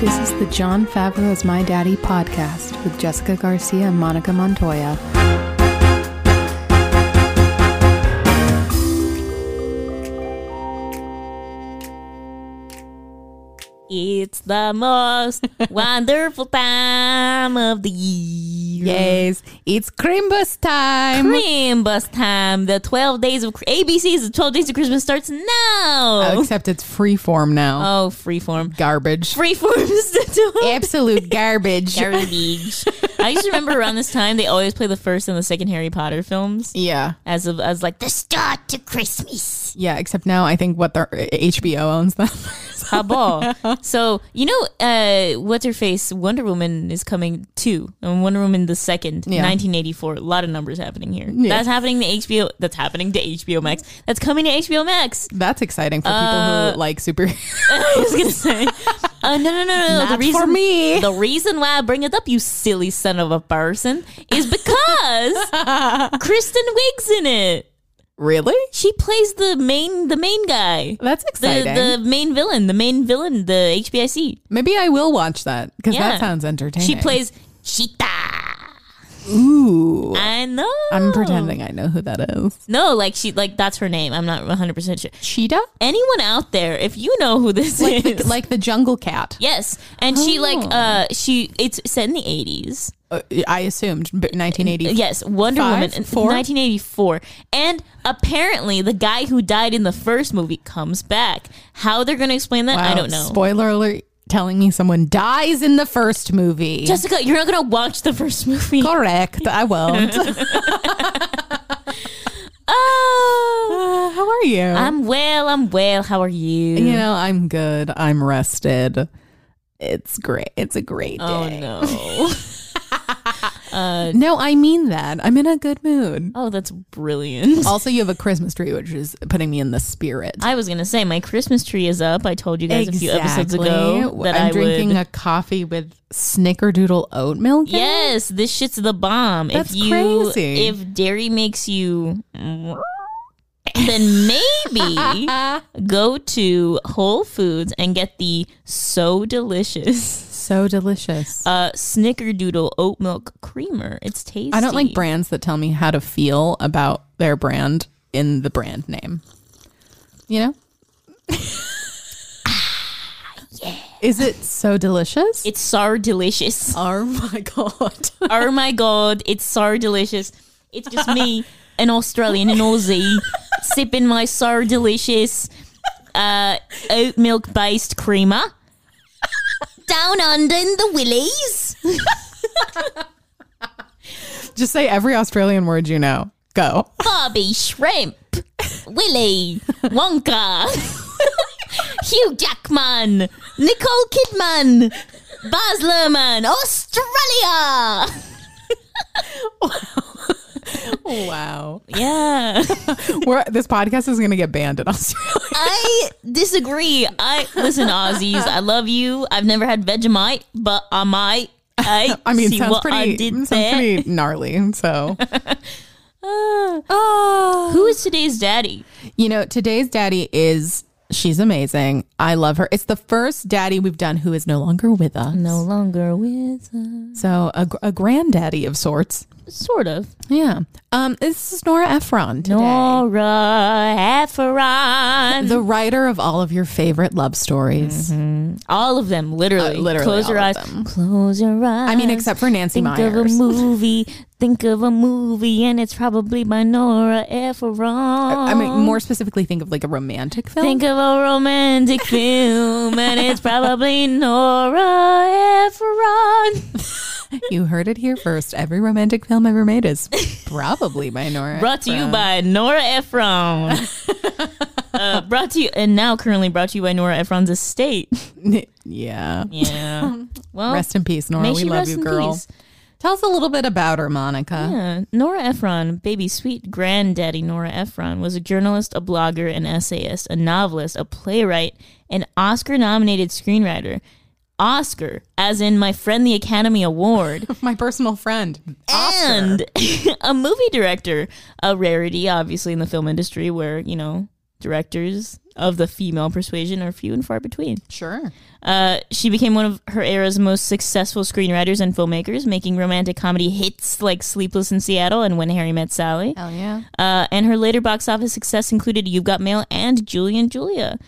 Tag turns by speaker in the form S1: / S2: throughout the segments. S1: This is the John Favreau is My Daddy podcast with Jessica Garcia and Monica Montoya.
S2: It's the most wonderful time of the year.
S1: Yes, it's Crimbus time.
S2: Christmas time. The 12 days of ABC's The 12 Days of Christmas starts now.
S1: Oh, except it's free form now.
S2: oh, freeform.
S1: Garbage.
S2: Freeform is the 12
S1: Absolute garbage.
S2: Garbage. I used to remember around this time they always play the first and the second Harry Potter films
S1: yeah.
S2: as of as like the start to Christmas.
S1: Yeah, except now I think what the HBO owns them.
S2: Ha ball. So you know, uh, what's her face? Wonder Woman is coming too, and Wonder Woman the second,
S1: Yeah.
S2: nineteen eighty four. A lot of numbers happening here. That's happening to HBO. That's happening to HBO Max. That's coming to HBO Max.
S1: That's exciting for people who like superheroes.
S2: I was gonna say, uh, no, no, no, no. the
S1: Not
S2: reason
S1: for me.
S2: the reason why I bring it up, you silly son of a person, is because Kristen Wiig's in it.
S1: Really?
S2: She plays the main, the main guy.
S1: That's exciting.
S2: The, the main villain, the main villain, the HBIC.
S1: Maybe I will watch that because
S2: Yeah.
S1: that sounds entertaining.
S2: She plays Cheetah.
S1: Ooh.
S2: I know.
S1: I'm pretending I know who that is.
S2: No, like she, like that's her name. I'm not 100 percent sure.
S1: Cheetah?
S2: Anyone out there, if you know who this
S1: Like
S2: is,
S1: the, like Oh. the jungle cat.
S2: yes. And she like uh she it's set in the 80s.
S1: Uh, I assumed but 1980.
S2: Yes, Wonder
S1: Five?
S2: Woman in
S1: Four?
S2: 1984. And apparently the guy who died in the first movie comes back. How they're going to explain that, I
S1: Wow.
S2: don't know.
S1: Spoiler alert telling me someone dies in the first movie.
S2: Jessica, you're not going to watch the first movie.
S1: Correct. I won't. Uh,
S2: Oh.
S1: how are you?
S2: I'm well, I'm well. How are you?
S1: you know, I'm good. I'm rested. It's great. It's a great day.
S2: Oh no.
S1: No, I mean that. I'm in a good mood.
S2: oh, that's brilliant.
S1: Also, you have a Christmas tree, which is putting me in the spirit.
S2: I was gonna say my Christmas tree is up. I told you guys a few episodes ago that
S1: I'm
S2: I
S1: drinking
S2: would.
S1: a coffee with snickerdoodle oat milk. in it.
S2: yes, this shit's the bomb.
S1: That's
S2: if you,
S1: crazy.
S2: If dairy makes you, then maybe go to Whole Foods and get the so delicious
S1: So delicious.
S2: uh, Snickerdoodle oat milk creamer. It's tasty.
S1: I don't like brands that tell me how to feel about their brand in the brand name. You know? Is it so delicious?
S2: It's so delicious.
S1: oh my god.
S2: oh my god, it's so delicious. It's just me, an Australian, an Aussie, sipping my so delicious uh, oat milk based creamer down under in the willies.
S1: Just say every Australian word you know. Go.
S2: Barbie shrimp, Willy Wonka, Hugh Jackman, Nicole Kidman, Baz Luhrmann, Australia. Oh,
S1: Wow.
S2: Yeah.
S1: We're, this podcast is going to get banned in Australia.
S2: I disagree. I listen, Aussies. I love you. I've never had Vegemite, but I might. I,
S1: I mean,
S2: see
S1: sounds
S2: what
S1: pretty,
S2: I did
S1: sounds
S2: there.
S1: pretty gnarly. So, Oh.
S2: Who is today's daddy?
S1: you know, today's daddy is she's amazing. I love her. It's the first daddy we've done who is no longer with us.
S2: No longer with,
S1: So a, gr- a granddaddy of sorts.
S2: sort of.
S1: Yeah. Um, this is Nora Ephron today.
S2: Nora Ephron.
S1: The writer of all of your favorite love stories.
S2: Mm-hmm. all of them, literally.
S1: Uh, literally
S2: Close your
S1: all
S2: eyes.
S1: of them.
S2: Close your eyes.
S1: I mean, except for Nancy
S2: Think of a
S1: Myers.
S2: movie. Think of a movie, and it's probably by Nora Ephron.
S1: I mean, more specifically, think of like a romantic film.
S2: Think of a romantic film, and it's probably Nora Ephron.
S1: you heard it here first. Every romantic film ever made is probably by Nora.
S2: Brought to you by Nora Ephron. Uh, brought to you, and now currently brought to you by Nora Ephron's estate.
S1: yeah.
S2: Yeah. Well,
S1: Rest in peace, Nora.
S2: may
S1: We
S2: she
S1: love
S2: rest
S1: you,
S2: in
S1: girl.
S2: peace.
S1: Tell us a little bit about her, Monica.
S2: Yeah. Nora Ephron, baby sweet granddaddy Nora Ephron, was a journalist, a blogger, an essayist, a novelist, a playwright, an Oscar nominated screenwriter. Oscar, as in my friend the Academy Award,
S1: My personal friend.
S2: and a movie director, a rarity, obviously, in the film industry where, you know, directors of the female persuasion are few and far between.
S1: Sure.
S2: Uh, she became one of her era's most successful screenwriters and filmmakers, making romantic comedy hits like Sleepless in Seattle and When Harry Met Sally.
S1: Hell yeah.
S2: Uh, and her later box office success included You've Got Mail and Julie and Julia.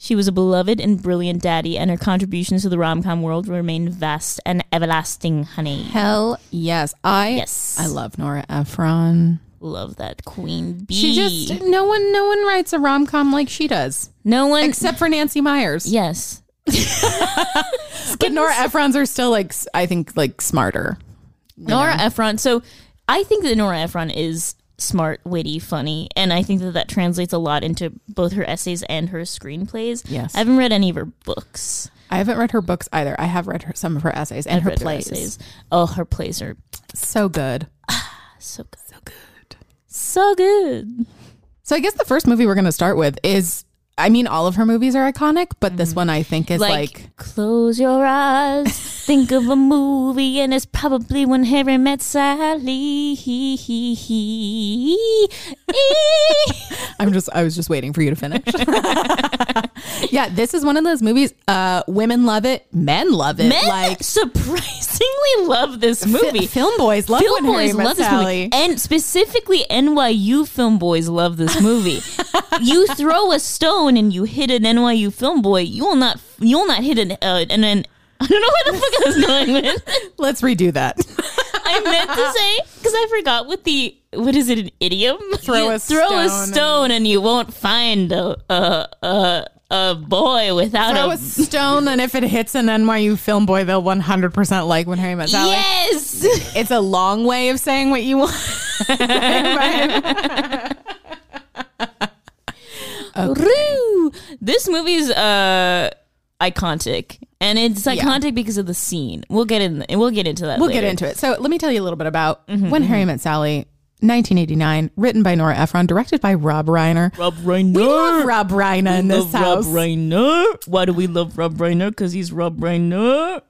S2: She was a beloved and brilliant daddy, and her contributions to the rom com world remain vast and everlasting, honey.
S1: Hell yes. I
S2: Yes.
S1: I love Nora Ephron.
S2: Love that Queen Bee.
S1: She just no one no one writes a rom com like she does.
S2: no one.
S1: Except for Nancy Myers.
S2: yes.
S1: But Nora Ephron's are still like s- I think like smarter.
S2: Nora Ephron. So I think that Nora Ephron is smart, witty, funny, and I think that that translates a lot into both her essays and her screenplays.
S1: Yes.
S2: I haven't read any of her books.
S1: I haven't read her books either. I have read her, some of her essays and her
S2: Read
S1: plays.
S2: essays. Oh, her plays are
S1: So good.
S2: so good. So good. So good.
S1: So I guess the first movie we're going to start with is I mean all of her movies are iconic, but this one I think is
S2: Like,
S1: like,
S2: close your eyes, think of a movie, and it's probably when Harry met Sally.
S1: I'm just I was just waiting for you to finish. yeah, this is one of those movies uh women love it, men love it.
S2: Men
S1: like
S2: surprisingly love this movie.
S1: fi- film boys love
S2: film
S1: when Harry
S2: boys
S1: Met
S2: love this
S1: Sally.
S2: movie, and specifically NYU film boys love this movie. you throw a stone and you hit an NYU film boy, you will not, you will not hit an uh, an. an I don't know where the fuck I was going with.
S1: Let's redo that.
S2: I meant to say because I forgot what the what is it an idiom?
S1: Throw
S2: You
S1: a
S2: throw a
S1: stone and-
S2: stone and you won't find a a a, a boy without
S1: Throw
S2: a.
S1: a stone and if it hits an NYU film boy, they'll 100% like when Harry Met Sally.
S2: Yes.
S1: It's a long way of saying what you want.
S2: Roo! This movie's uh iconic. And it's iconic because of the scene. We'll get in we'll get into that.
S1: We'll get into it. So let me tell you a little bit about
S2: Mm-hmm,
S1: When Harry Met Sally, 1989, written by Nora Ephron, directed by Rob Reiner.
S2: Rob Reiner.
S1: We love Rob Reiner in this house.
S2: Reiner. Why do we love Rob Reiner? Because he's Rob Reiner.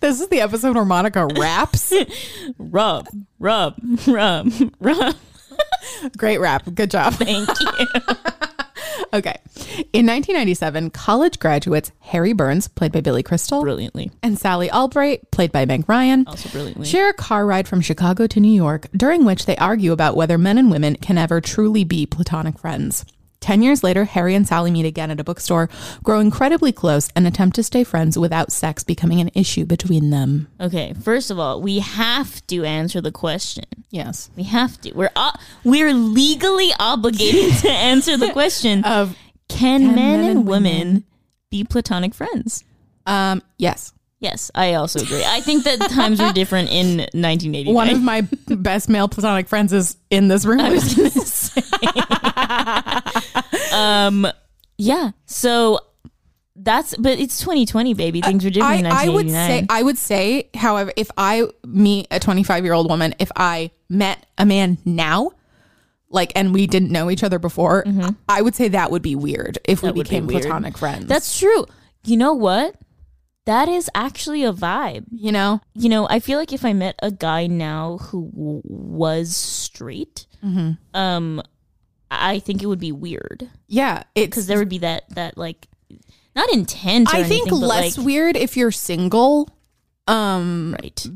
S1: This is the episode where Monica raps.
S2: Rob, Rob, Rob, Rob.
S1: Great rap. Good job.
S2: Thank you.
S1: Okay. In 1997, college graduates Harry Burns, played by Billy Crystal,
S2: Brilliantly.
S1: and Sally Albright, played by Meg Ryan,
S2: Also brilliantly.
S1: share a car ride from Chicago to New York, during which they argue about whether men and women can ever truly be platonic friends. Ten years later, Harry and Sally meet again at a bookstore, grow incredibly close, and attempt to stay friends without sex becoming an issue between them.
S2: Okay, first of all, we have to answer the question.
S1: Yes.
S2: We have to. We're o we're legally obligated to answer the question
S1: Of
S2: can, men, and women, be platonic friends?
S1: um yes.
S2: Yes, I also agree. I think that times were different in 1989.
S1: One of my best male platonic friends is in this room.
S2: yeah. So that's but it's 2020, baby. Things were different in
S1: I, I would say
S2: 1989.
S1: I would say, however, if I meet a 25 year old woman, if I met a man now, like and we didn't know each other before, I would say that would be weird if we
S2: Mm-hmm. would be
S1: became
S2: weird.
S1: platonic friends.
S2: that's true. You know what? That is actually a vibe.
S1: you know,
S2: You know, I feel like if I met a guy now who w- was straight,
S1: Mm-hmm.
S2: um, I think it would be weird
S1: yeah,
S2: because
S1: it's.
S2: there would be that that like not intent. Or
S1: I think
S2: anything, but,
S1: less
S2: like,
S1: weird if you're single, eh,
S2: right.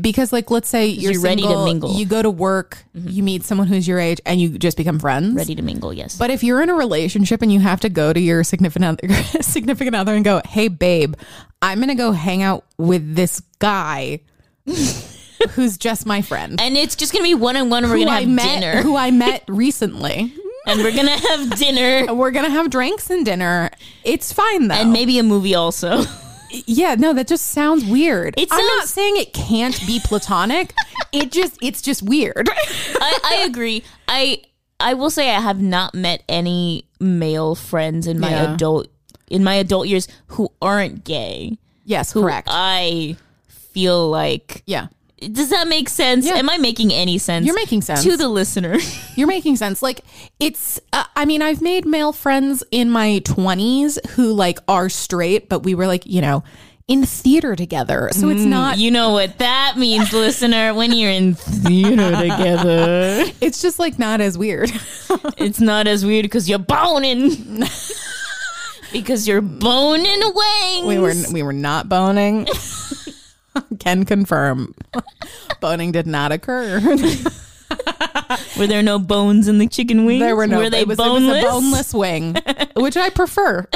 S1: because like let's say you're,
S2: you're ready to
S1: single,
S2: mingle. Mm-hmm.
S1: You go to work, you meet someone who's your age, and you just become friends.
S2: Ready to mingle, yes.
S1: But if you're in a relationship and you have to go to your significant other, significant other and go, "Hey, babe, I'm gonna go hang out with this guy who's just my friend
S2: and it's just gonna be one on one. We're gonna
S1: who I
S2: have
S1: met
S2: dinner,
S1: who I met recently,
S2: and we're gonna have dinner,
S1: and we're gonna have drinks and dinner. It's fine though.
S2: and maybe a movie also.
S1: yeah, no, that just sounds weird.
S2: It
S1: I'm not
S2: sounds-
S1: saying it can't be platonic. it just it's just weird.
S2: I, I agree. I I will say I have not met any male friends in my
S1: Yeah.
S2: adult in my adult years who aren't gay.
S1: Yes,
S2: Who
S1: correct.
S2: I feel like
S1: yeah.
S2: does that make sense?
S1: Yeah.
S2: Am I making any sense?
S1: You're making sense.
S2: to the listener.
S1: You're making sense. Like it's uh, I mean, I've made male friends in my 20s who like are straight, but we were like, you know, in theater together. So
S2: Mm,
S1: it's not
S2: you know what that means, listener. When you're in theater together,
S1: it's just like not as weird.
S2: it's not as weird because you're boning. because you're boning away.
S1: we were we were not boning. Can confirm. boning did not occur.
S2: Were there no bones in the chicken wings?
S1: There were no
S2: Were they
S1: it was, it was
S2: boneless?
S1: a boneless wing, which I prefer.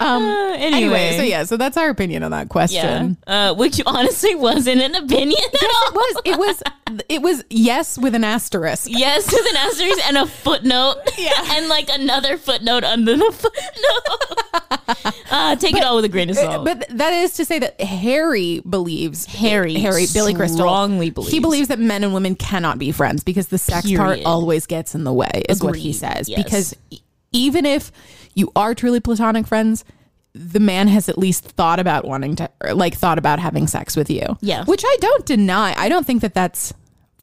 S2: Uh, anyway,
S1: Anyway, so yeah, so that's our opinion on that question.
S2: yeah, Uh, which honestly wasn't an opinion at all.
S1: It was it was it was yes with an asterisk.
S2: Yes, with an asterisk and a footnote, and like another footnote under the footnote. uh, take it all with a grain of salt.
S1: But th- that is to say that Harry believes
S2: Harry
S1: Harry Billy Crystal
S2: strongly believes.
S1: he believes that men and women cannot be friends because the sex part
S2: Period.
S1: always gets in the way is what he
S2: Agreed,
S1: says
S2: yes.
S1: because e- even if you are truly platonic friends the man has at least thought about wanting to or like thought about having sex with you
S2: Yeah.
S1: which I don't deny I don't think that that's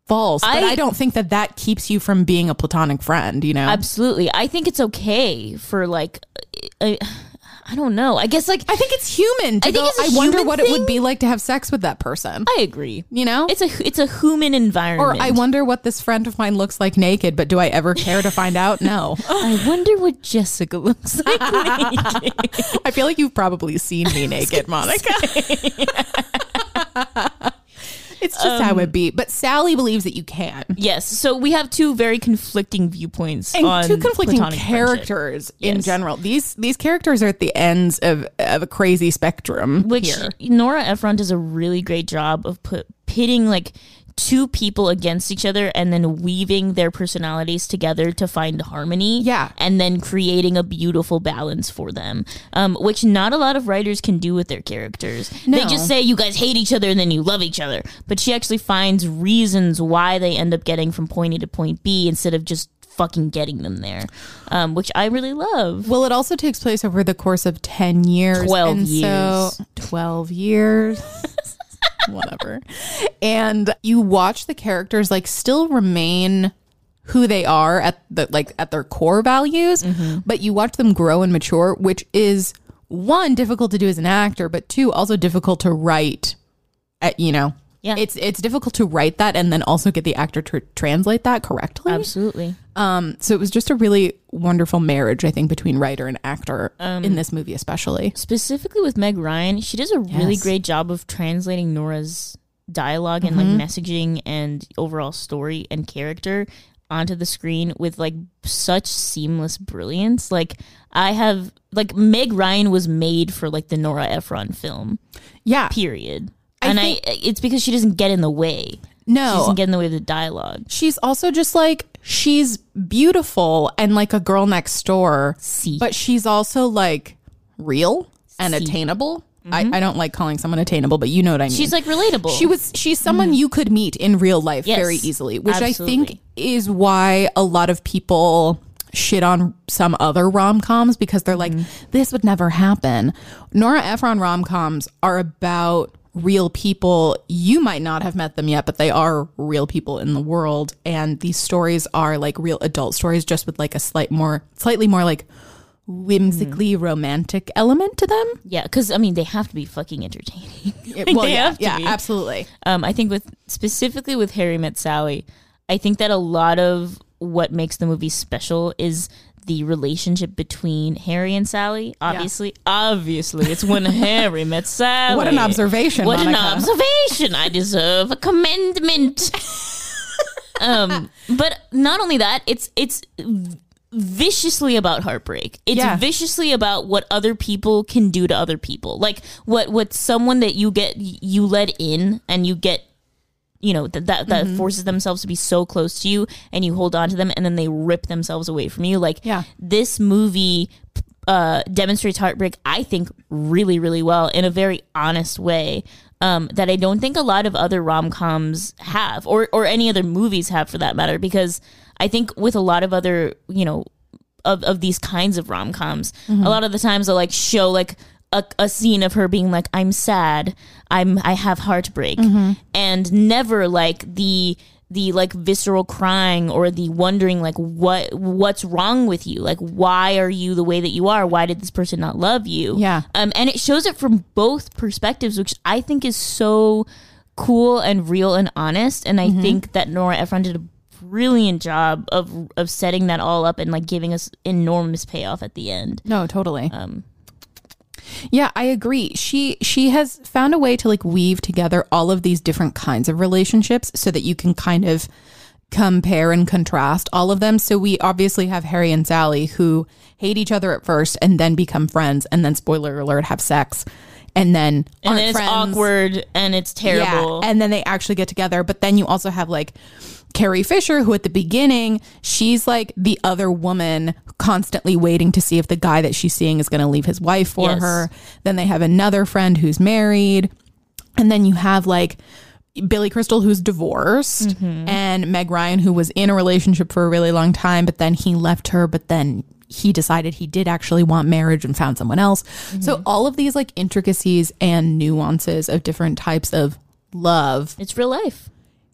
S1: false but
S2: I-
S1: I don't think that that keeps you from being a platonic friend you know
S2: Absolutely, I think it's okay for like, I, I don't know. I guess like
S1: I think it's human to
S2: I think
S1: go,
S2: it's a
S1: I wonder
S2: human
S1: what it
S2: thing.
S1: would be like to have sex with that person
S2: I agree.
S1: you know
S2: It's a it's a human
S1: Or
S2: environment.
S1: I wonder what this friend of mine looks like naked, but do I ever care to find out? No.
S2: I wonder what Jessica looks like. naked.
S1: I feel like you've probably seen me naked, Monica. it's just how it be. But Sally believes that you can.
S2: yes, so we have two very conflicting viewpoints
S1: And
S2: on
S1: two conflicting
S2: platonic friendship.
S1: characters in
S2: Yes.
S1: general. These these characters are at the ends of, of a crazy spectrum
S2: which
S1: here.
S2: Nora Ephron does a really great job of put, pitting like two people against each other and then weaving their personalities together to find harmony.
S1: Yeah.
S2: And then creating a beautiful balance for them, um, which not a lot of writers can do with their characters. They
S1: No.
S2: just say you guys hate each other and then you love each other. But she actually finds reasons why they end up getting from point A to point B instead of just fucking getting them there, um, which I really love.
S1: Well, it also takes place over the course of 10 years.
S2: 12
S1: and
S2: years.
S1: So 12 years. Whatever. And you watch the characters like still remain who they are at the like at their core values,
S2: Mm-hmm.
S1: but you watch them grow and mature, which is one difficult to do as an actor, but two also difficult to write at, you know.
S2: Yeah.
S1: It's it's difficult to write that and then also get the actor to translate that correctly.
S2: Absolutely.
S1: Um, so it was just a really wonderful marriage, I think, between writer and actor
S2: Um,
S1: in this movie, especially.
S2: specifically with Meg Ryan, she does a really
S1: Yes.
S2: great job of translating Nora's dialog and
S1: Mm-hmm.
S2: like messaging and overall story and character onto the screen with like such seamless brilliance. Like I have like Meg Ryan was made for like the Nora Ephron film.
S1: Yeah,
S2: Period. and
S1: think-
S2: I it's because she doesn't get in the way. She
S1: no,
S2: doesn't get in the way of the dialogue.
S1: she's also just like she's beautiful and like a girl next door,
S2: See.
S1: but she's also like real and attainable. I, I don't like calling someone attainable, but you know what I mean.
S2: Mm-hmm. She's like relatable.
S1: She was she's someone you could meet in real life
S2: Mm-hmm. Yes,
S1: very easily, which I think
S2: absolutely.
S1: is why a lot of people shit on some other rom-coms because they're like
S2: Mm-hmm.
S1: this would never happen. Nora Ephron rom-coms are about real people. You might not have met them yet, but they are real people in the world and these stories are like real adult stories just with like a slight more slightly more like whimsically
S2: Mm-hmm.
S1: romantic element to them.
S2: yeah, because I mean they have to be fucking entertaining.
S1: It- well,
S2: They
S1: yeah,
S2: have to
S1: yeah,
S2: be.
S1: absolutely.
S2: um, I think with specifically with Harry Met Sally, I think that a lot of what makes the movie special is the relationship between Harry and Sally. Obviously, obviously, it's when Harry met Sally.
S1: What an observation,
S2: Oh, What an
S1: Monica.
S2: observation! I deserve a commendment. um, but not only that, it's it's viciously about heartbreak. It's
S1: Yeah.
S2: viciously about what other people can do to other people. Like what what someone that you get you let in and you get you know that that, that forces themselves to be so close to you and you hold on to them and then they rip themselves away from you. Like
S1: Yeah.
S2: this movie uh, demonstrates heartbreak, I think, really, really well in a very honest way um, that I don't think a lot of other rom coms have, or or any other movies have for that matter. Because I think with a lot of other, you know, of, of these kinds of rom coms, a lot of the times they'll like show like a, a scene of her being like, "I'm sad, I'm I have heartbreak," and never like the the like visceral crying or the wondering like what what's wrong with you like why are you the way that you are why did this person not love you
S1: Yeah.
S2: um, and it shows it from both perspectives, which I think is so cool and real and honest. And I
S1: Mm-hmm.
S2: think that Nora Ephron did a brilliant job of of setting that all up and like giving us enormous payoff at the end.
S1: No, totally. Um, yeah, I agree. She she has found a way to like weave together all of these different kinds of relationships so that you can kind of compare and contrast all of them. So we obviously have Harry and Sally who hate each other at first and then become friends and then spoiler alert have sex and then
S2: And
S1: aren't
S2: then it's
S1: friends.
S2: awkward and it's terrible.
S1: Yeah, and then they actually get together. But then you also have like Carrie Fisher, who at the beginning, she's like the other woman constantly waiting to see if the guy that she's seeing is going to leave his wife for
S2: Yes.
S1: her. Then they have another friend who's married. And then you have like Billy Crystal, who's divorced, and Meg Ryan, who was in a relationship for a really long time, but then he left her, but then he decided he did actually want marriage and found someone else. So, all of these like intricacies and nuances of different types of love,
S2: it's real life.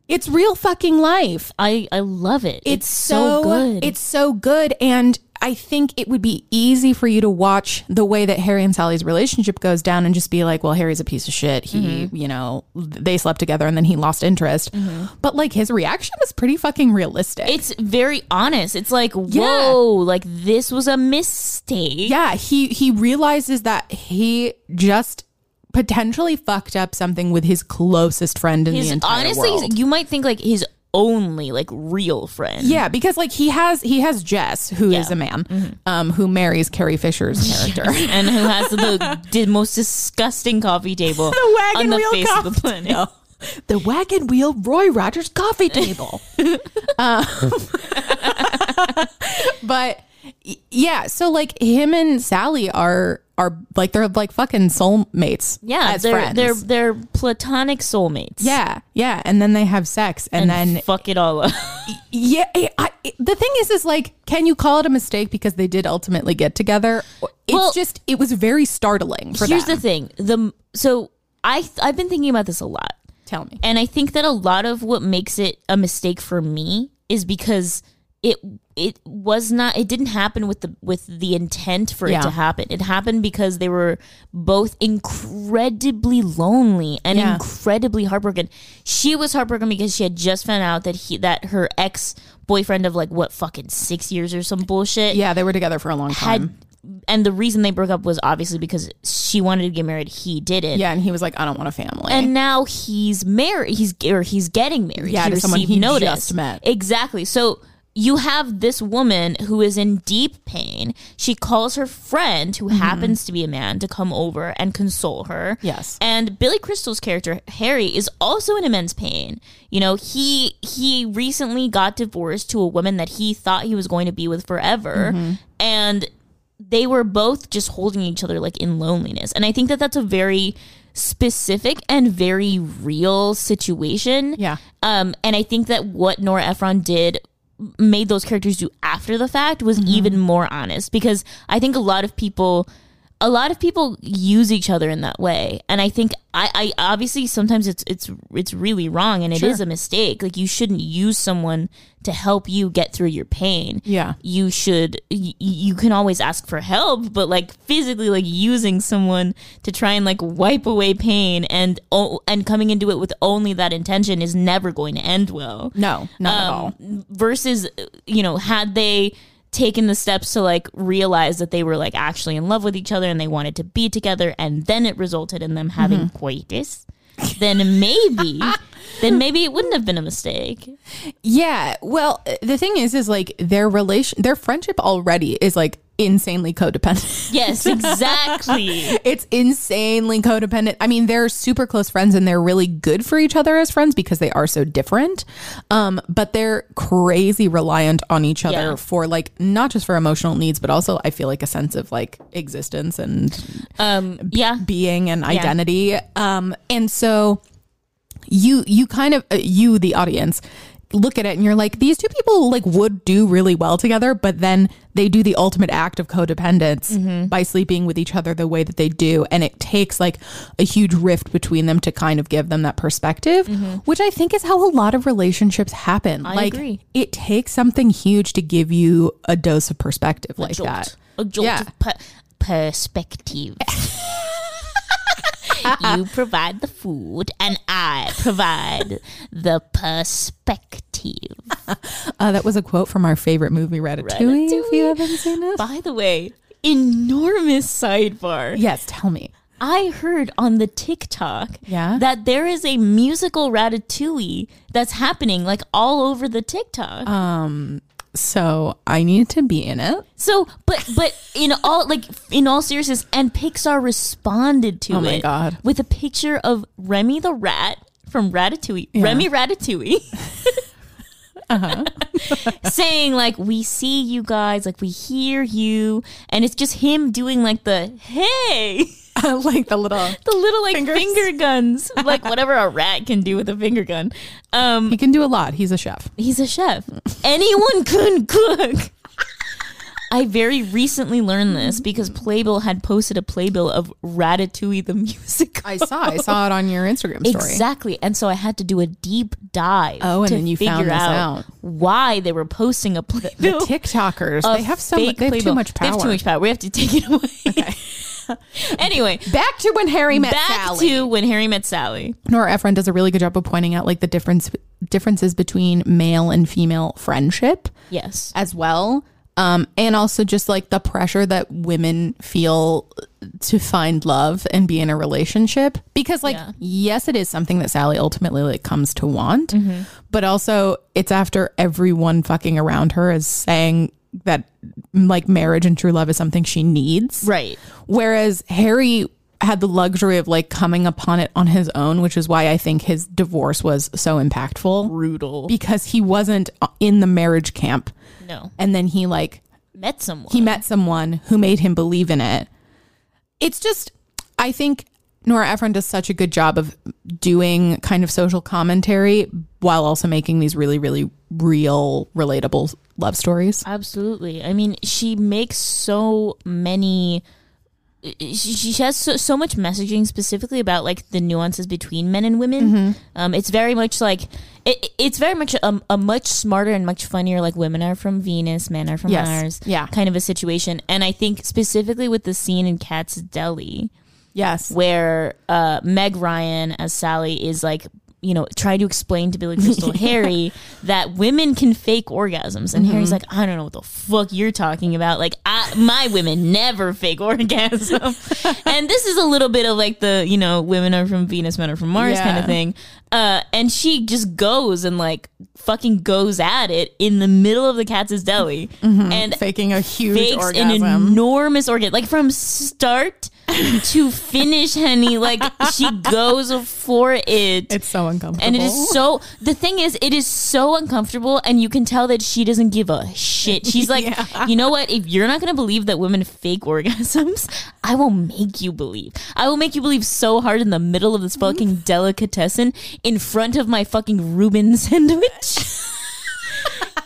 S1: it's real fucking life.
S2: I I love it.
S1: It's, so,
S2: good.
S1: It's so good. And I think it would be easy for you to watch the way that Harry and Sally's relationship goes down and just be like, well, Harry's a piece of shit. He,
S2: Mm-hmm.
S1: you know, they slept together and then he lost interest. But like his reaction was pretty fucking realistic.
S2: it's very honest. It's like, whoa, like this was a mistake.
S1: yeah. He, he realizes that he just potentially fucked up something with his closest friend in the
S2: His,
S1: entire
S2: honestly,
S1: world.
S2: you might think like his only like real friend.
S1: Yeah, because like he has he has Jess, who is
S2: Yeah. Mm-hmm.
S1: a man, um, who marries Carrie Fisher's character.
S2: and who has the, the most disgusting coffee table
S1: The wagon
S2: on the
S1: wheel
S2: face of the
S1: coffee
S2: planet.
S1: the wagon wheel Roy Rogers coffee table. um, but y- yeah, so like him and Sally are are like they're like fucking soulmates.
S2: Yeah,
S1: as
S2: they're
S1: friends.
S2: they're they're platonic soulmates.
S1: yeah, yeah, and then they have sex, and,
S2: and,
S1: then
S2: fuck it all up.
S1: yeah. I, I- the thing is, is like, can you call it a mistake because they did ultimately get together? It's
S2: Well-
S1: just it was very startling. For
S2: Here's
S1: them.
S2: the thing: the so I th- I've been thinking about this a lot,
S1: tell me.
S2: and I think that a lot of what makes it a mistake for me is because it it was not it didn't happen with the with the intent for
S1: Yeah.
S2: it to happen. It happened because they were both incredibly lonely and
S1: Yeah.
S2: incredibly heartbroken. She was heartbroken because she had just found out that he that her ex boyfriend of like what fucking six years or some bullshit
S1: Yeah, they were together for a long time.
S2: had and the reason they broke up was obviously because she wanted to get married, he didn't.
S1: yeah, and he was like, I don't want a family.
S2: And now he's married. He's or he's getting married.
S1: Yeah,
S2: he
S1: to someone
S2: received
S1: he
S2: notice.
S1: just met.
S2: Exactly. So you have this woman who is in deep pain. She calls her friend, who
S1: Mm-hmm.
S2: happens to be a man, to come over and console her.
S1: Yes.
S2: And Billy Crystal's character Harry is also in immense pain. You know, he he recently got divorced to a woman that he thought he was going to be with forever,
S1: Mm-hmm.
S2: and they were both just holding each other like in loneliness. And I think that that's a very specific and very real situation.
S1: Yeah.
S2: Um, and I think that what Nora Ephron did made those characters do after the fact was
S1: Mm-hmm.
S2: even more honest because I think a lot of people a lot of people use each other in that way. And I think I, I obviously sometimes it's it's it's really wrong and it is a mistake. Like you shouldn't use someone to help you get through your pain
S1: Yeah.
S2: you should y- you can always ask for help but like physically like using someone to try and like wipe away pain and o- and coming into it with only that intention is never going to end well
S1: no, not at all.
S2: um, versus you know had they taken the steps to like realize that they were like actually in love with each other and they wanted to be together and then it resulted in them having coitus then maybe then maybe it wouldn't have been a mistake
S1: Yeah. Well, the thing is, is like their relation, their friendship already is like insanely codependent.
S2: Yes, exactly.
S1: it's insanely codependent. I mean, they're super close friends and they're really good for each other as friends because they are so different. Um, but they're crazy reliant on each other
S2: Yeah.
S1: for like not just for emotional needs, but also I feel like a sense of like existence and
S2: um, yeah.
S1: being and identity um and so you you kind of uh, you the audience look at it and you're like these two people like would do really well together but then they do the ultimate act of codependence
S2: Mm-hmm.
S1: by sleeping with each other the way that they do and it takes like a huge rift between them to kind of give them that perspective
S2: Mm-hmm.
S1: which i think is how a lot of relationships happen like
S2: agree.
S1: it takes something huge to give you a dose of perspective like
S2: jolt.
S1: that
S2: A jolt
S1: Yeah.
S2: of per- perspective. you provide the food, and I provide the perspective.
S1: Uh, that was a quote from our favorite movie, Ratatouille, If you
S2: Ratatouille.
S1: haven't seen it,
S2: By the way, enormous sidebar.
S1: yes, tell me.
S2: I heard on the TikTok
S1: Yeah?
S2: that there is a musical Ratatouille that's happening like all over the TikTok.
S1: So I need to be in it.
S2: so, but but in all like in all seriousness, and Pixar responded to
S1: Oh
S2: it
S1: my God.
S2: with a picture of Remy the rat from Ratatouille, Remy Ratatouille, Uh-huh. saying like we see you guys, like we hear you, and it's just him doing like the hey.
S1: like the little,
S2: the little like finger guns, like whatever a rat can do with a finger gun. Um,
S1: he can do a lot. He's a chef.
S2: he's a chef. Anyone can cook. I very recently learned this because Playbill had posted a playbill of Ratatouille the musical.
S1: I saw, I saw it on your Instagram story.
S2: Exactly, and so I had to do a deep dive.
S1: Oh, and
S2: to
S1: then you
S2: figure
S1: found this out.
S2: why they were posting a playbill.
S1: The TikTokers, they
S2: of
S1: have some,
S2: fake
S1: they have
S2: Playbill.
S1: too much
S2: They
S1: power.
S2: have too much power. We have to take it away. anyway,
S1: Back to when Harry met
S2: back
S1: Sally.
S2: to when Harry met Sally.
S1: Nora Ephron does a really good job of pointing out like the difference differences between male and female friendship.
S2: Yes.
S1: as well. Um, and also just like the pressure that women feel to find love and be in a relationship because like
S2: Yeah.
S1: yes it is something that sally ultimately like comes to want but also it's after everyone fucking around her is saying that like marriage and true love is something she needs
S2: Right.
S1: Whereas Harry had the luxury of like coming upon it on his own, which is why I think his divorce was so impactful. Brutal. Because he wasn't in the marriage camp.
S2: No.
S1: And then he like
S2: Met someone.
S1: he met someone who made him believe in it. It's just, I think Nora Ephron does such a good job of doing kind of social commentary while also making these really, really real, relatable love stories.
S2: Absolutely. I mean, she makes so many. She, she has so, so much messaging specifically about like the nuances between men and women.
S1: Mm-hmm.
S2: Um, it's very much like it, it's very much a, a much smarter and much funnier like women are from Venus, men are from
S1: Yes.
S2: Mars,
S1: Yeah.
S2: kind of a situation. And I think specifically with the scene in Cat's Deli,
S1: Yes.
S2: where uh, Meg Ryan as Sally is like, you know, trying to explain to Billy Crystal Harry that women can fake orgasms, and Harry's
S1: Mm-hmm.
S2: like, I don't know what the fuck you're talking about. Like, I, my women never fake orgasm, and this is a little bit of like the you know, women are from Venus, men are from Mars kind
S1: Yeah.
S2: of thing. Uh, and she just goes and like fucking goes at it in the middle of the cat's deli,
S1: Mm-hmm.
S2: and
S1: Faking a huge
S2: fakes
S1: orgasm.
S2: an enormous orgasm, like from start to finish, honey. Like she goes for it.
S1: it's so uncomfortable.
S2: and it is so the thing is it is so uncomfortable and you can tell that she doesn't give a shit she's like you know what if you're not going to believe that women fake orgasms i will make you believe i will make you believe so hard in the middle of this fucking delicatessen in front of my fucking reuben sandwich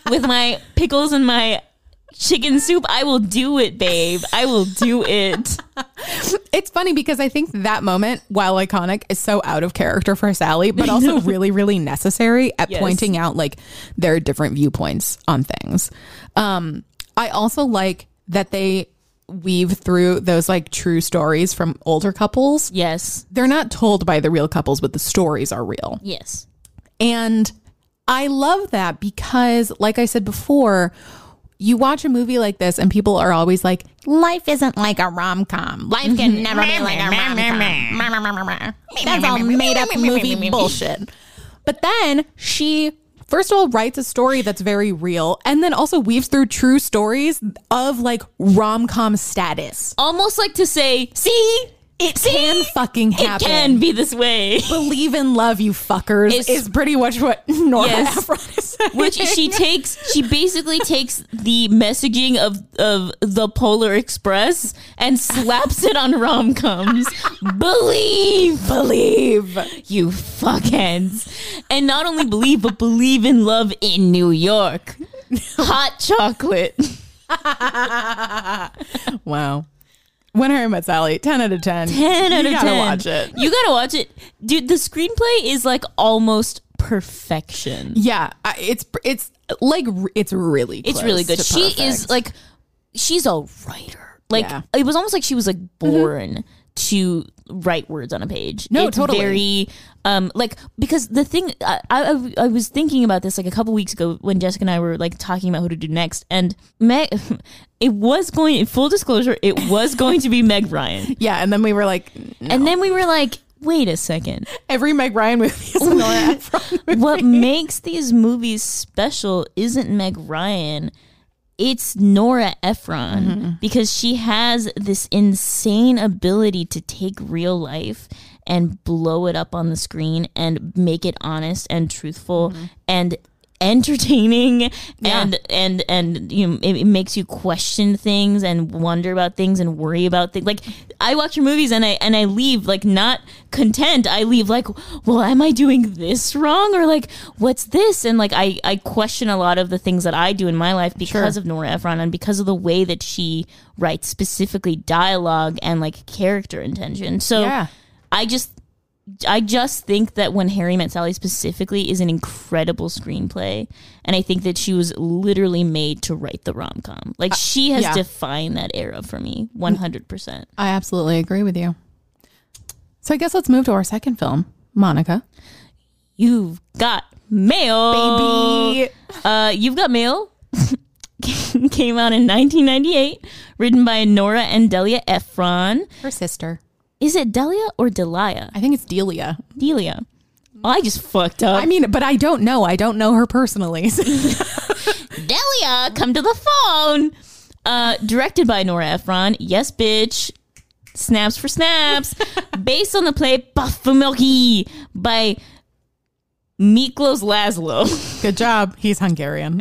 S2: with my pickles and my chicken soup i will do it babe i will do it
S1: It's funny because I think that moment, while iconic, is so out of character for Sally, but also really, really necessary at
S2: Yes.
S1: pointing out like there are different viewpoints on things. Um, I also like that they weave through those like true stories from older couples.
S2: yes
S1: They're not told by the real couples, but the stories are real.
S2: yes
S1: And I love that because, like I said before, you watch a movie like this and people are always like, life isn't like a rom com. Life can never be like a rom com. That's all made up movie bullshit. But then she first of all, writes a story that's very real and then also weaves through true stories of like rom com status.
S2: Almost like to say, see, it
S1: Can
S2: can,
S1: fucking
S2: it
S1: happen.
S2: can be this way.
S1: Believe in love, you fuckers,
S2: It's-
S1: is pretty much what Nora
S2: Yes.
S1: Ephron is saying.
S2: Which she takes, she basically takes the messaging of of the Polar Express and slaps it on rom coms. Believe.
S1: believe.
S2: you fuckheads. And not only believe, but believe in love in New York. Hot chocolate.
S1: Wow. When Harry Met Sally, 10 out of 10.
S2: 10 out
S1: You
S2: of
S1: gotta
S2: 10.
S1: watch it.
S2: You gotta watch it. Dude, the screenplay is like almost perfection.
S1: Yeah, I- it's it's like r- it's really
S2: It's
S1: close
S2: really good.
S1: to
S2: She
S1: perfect.
S2: is like, she's a writer. Like,
S1: Yeah. Mm-hmm.
S2: it was almost like she was like born to write words on a page.
S1: No,
S2: it's
S1: totally.
S2: Very, um, like because the thing I, I I was thinking about this like a couple weeks ago when Jessica and I were like talking about who to do next, and Meg, it was going. Full disclosure, it was going to be Meg Ryan,
S1: yeah, and then we were like
S2: and then we were like, wait a second,
S1: every Meg Ryan movie is a Nora Ephron movie.
S2: what makes these movies special isn't Meg Ryan. It's Nora Ephron because she has this insane ability to take real life and blow it up on the screen and make it honest and truthful and entertaining and and and you know, it, it makes you question things and wonder about things and worry about things like i watch her movies and i and i leave like not content i leave like well am i doing this wrong or like what's this and like i i question a lot of the things that i do in my life because of nora ephron and because of the way that she writes specifically dialogue and like character intention so
S1: Yeah.
S2: i just I just think that when Harry Met Sally specifically is an incredible screenplay, and I think that she was literally made to write the rom com. Like she has
S1: yeah.
S2: defined that era for me, one hundred percent.
S1: I absolutely agree with you. So I guess let's move to our second film, Monica.
S2: You've got mail, Uh, you've got mail. Came out in nineteen ninety eight, written by Nora and Delia Ephron.
S1: her sister.
S2: Is it Delia or Delia?
S1: I think it's Delia.
S2: Delia. I just fucked up.
S1: I mean, but I don't know. I don't know her personally.
S2: Delia, come to the phone. Uh, directed by Nora Ephron. Yes, bitch. Snaps for snaps. Based on the play Bafumilki by Miklos Laszlo,
S1: good job. He's Hungarian.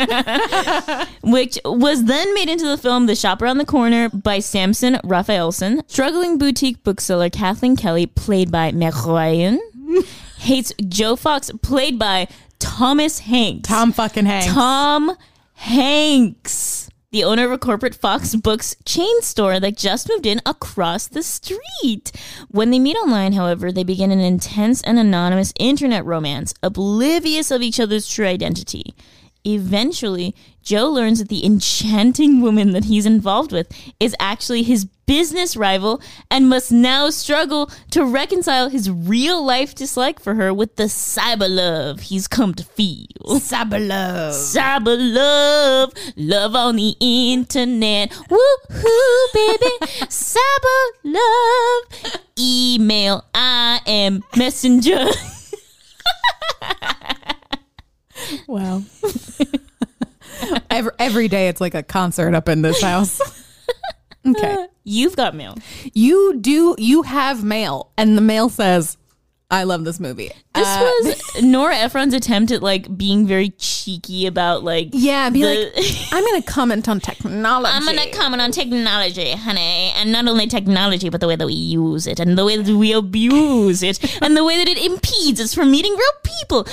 S2: which was then made into the film The Shop Around the Corner by Samson Raphaelson. Struggling boutique bookseller Kathleen Kelly, played by Meg Ryan, hates Joe Fox, played by Thomas Hanks.
S1: Tom fucking Hanks.
S2: Tom Hanks, the owner of a corporate Fox Books chain store that just moved in across the street. When they meet online, however, they begin an intense and anonymous internet romance, oblivious of each other's true identity. Eventually, Joe learns that the enchanting woman that he's involved with is actually his business rival and must now struggle to reconcile his real life dislike for her with the cyber love he's come to feel.
S1: Sabalo.
S2: Cyber love, love on the internet. Woohoo, baby. Cyber love. Email, I am messenger.
S1: Wow. every, every day it's like a concert up in this house. okay.
S2: You've got mail.
S1: You do, you have mail, and the mail says, I love this movie.
S2: This was Uh, Nora Ephron's attempt at like being very cheeky about like
S1: Yeah, be
S2: the-
S1: like, I'm going to comment on technology.
S2: I'm gonna comment on technology, honey, and not only technology, but the way that we use it, and the way that we abuse it, and the way that it impedes us from meeting real people.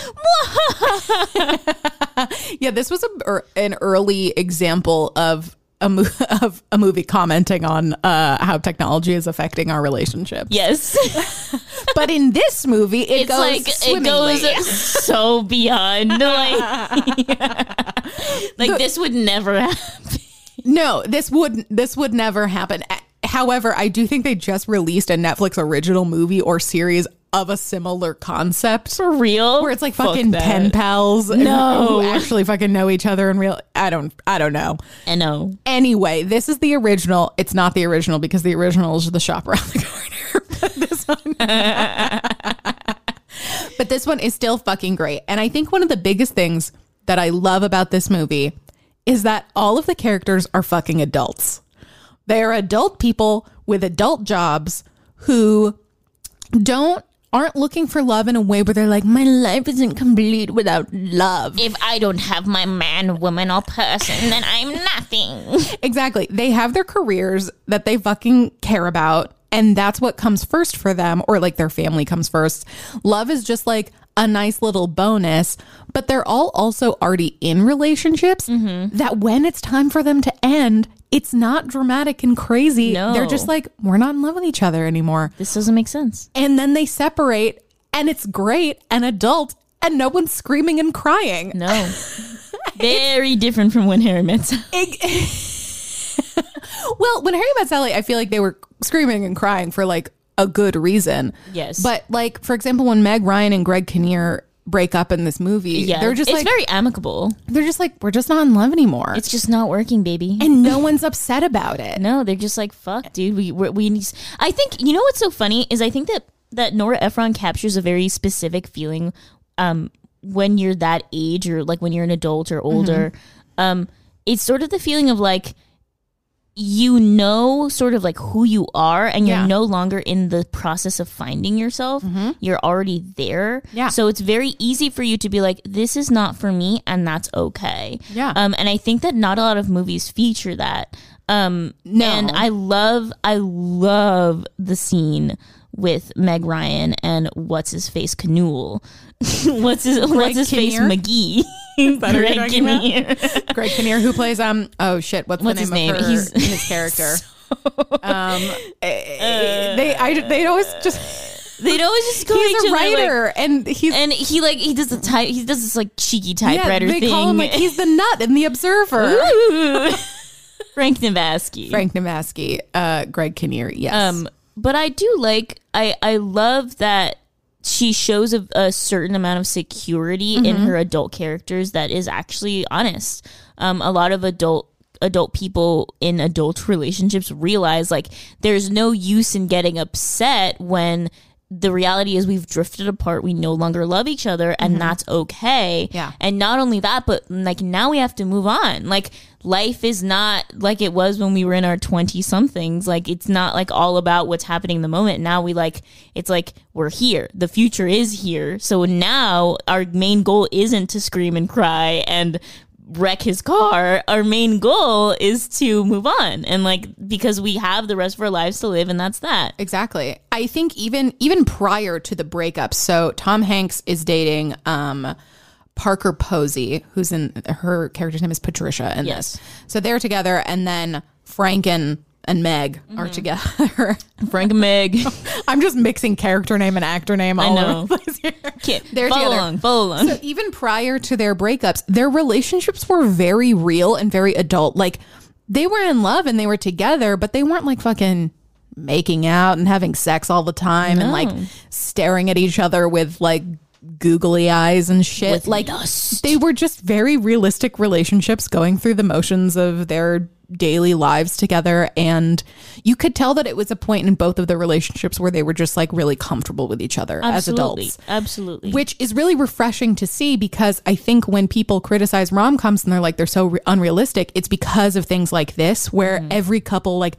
S1: Yeah, this was a, er, an early example of a mo- of a movie commenting on uh, how technology is affecting our relationship.
S2: Yes.
S1: But in this movie, it
S2: it's
S1: goes
S2: like it
S1: swimmingly.
S2: goes so beyond like like this would never happen
S1: No, this would this would never happen. A- However, I do think they just released a Netflix original movie or series of a similar concept.
S2: for real
S1: Where it's like fucking pen pals no. who actually fucking know each other in real I don't I don't know.
S2: i know
S1: Anyway, this is the original. It's not the original because the original is the shop around the corner. but this one. But this one is still fucking great. And I think one of the biggest things that I love about this movie is that all of the characters are fucking adults. They are adult people with adult jobs who don't aren't looking for love in a way where they're like my life isn't complete without love.
S2: If I don't have my man, woman, or person, then I'm nothing.
S1: Exactly. They have their careers that they fucking care about, and that's what comes first for them, or like their family comes first. Love is just like a nice little bonus, but they're all also already in relationships that when it's time for them to end, it's not dramatic and crazy.
S2: No.
S1: They're just like, we're not in love with each other anymore.
S2: This doesn't make sense.
S1: And then they separate, and it's great and adult, and no one's screaming and crying.
S2: No. Very different from when Harry met Sally.
S1: Well, when Harry Met Sally, I feel like they were screaming and crying for like a good reason.
S2: Yes.
S1: But like, for example, when Meg Ryan and Greg Kinnear break up in this movie,
S2: Yeah,
S1: they're just
S2: it's
S1: like
S2: very amicable.
S1: they're just like we're just not in love anymore,
S2: It's just not working, baby.
S1: and no one's upset about it.
S2: No, they're just like, fuck, dude. We we, we need. s- I think you know what's so funny is I think that that Nora Ephron captures a very specific feeling, um, when you're that age or like when you're an adult
S1: Mm-hmm.
S2: or older, um, it's sort of the feeling of like. You know, sort of like who you are, and you're
S1: Yeah. Mm-hmm.
S2: no longer in the process of finding yourself. You're already there.
S1: Yeah.
S2: So it's very easy for you to be like, this is not for me, and that's okay.
S1: Yeah.
S2: Um, and I think that not a lot of movies feature that. Um,
S1: No.
S2: and I love, I love the scene with Meg Ryan and what's his face Canule, what's his what's his face
S1: Kinnear?
S2: McGee,
S1: who you're
S2: Greg
S1: talking about?
S2: Kinnear.
S1: Greg Kinnear, who plays um oh shit, what's,
S2: What's
S1: the
S2: his
S1: name,
S2: name?
S1: of her,
S2: He's- uh,
S1: his character? um, eh, they I they always just
S2: They'd always just go.
S1: he's a
S2: to each other, like-
S1: writer and he's.
S2: and he like he does the type he does this like cheeky
S1: yeah,
S2: typewriter
S1: they
S2: thing.
S1: call him like he's the nut and the observer.
S2: Frank Navasky.
S1: Frank Namaski, uh, Greg Kinnear, yes.
S2: Um, but I do like I I love that she shows a, a certain amount of security in her adult characters that is actually honest. Um, a lot of adult adult people in adult relationships realize like there's no use in getting upset when the reality is we've drifted apart we no longer love each other and that's okay
S1: Yeah.
S2: and not only that but like now we have to move on like life is not like it was when we were in our 20 somethings like it's not like all about what's happening in the moment now we like it's like we're here the future is here so now our main goal isn't to scream and cry and wreck his car our main goal is to move on and like because we have the rest of our lives to live and that's that
S1: exactly. I think even even prior to the breakup, so Tom Hanks is dating um Parker Posey, who's in her character's name is Patricia in
S2: Yes.
S1: this. So they're together and then Frank and and Meg
S2: Mm-hmm.
S1: are together.
S2: frank and meg
S1: I'm just mixing character name and actor name all
S2: know.
S1: over the place here.
S2: Kid,
S1: They're
S2: follow
S1: together.
S2: along follow along
S1: So even prior to their breakups, their relationships were very real and very adult. Like they were in love and they were together, but they weren't like fucking making out and having sex all the time and like staring at each other with like googly eyes and shit. like they were just very realistic relationships going through the motions of their daily lives together and you could tell that it was a point in both of the relationships where they were just like really comfortable with each other as
S2: absolutely
S1: adults
S2: absolutely
S1: which is really refreshing to see because I think when people criticize rom coms and they're like they're so re- unrealistic, it's because of things like this where every couple like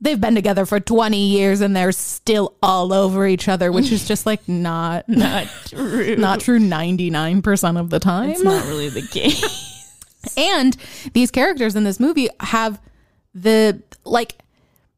S1: they've been together for 20 years and they're still all over each other, which is just like not not true. Not true 99% of the time.
S2: it's not really the case
S1: And these characters in this movie have the like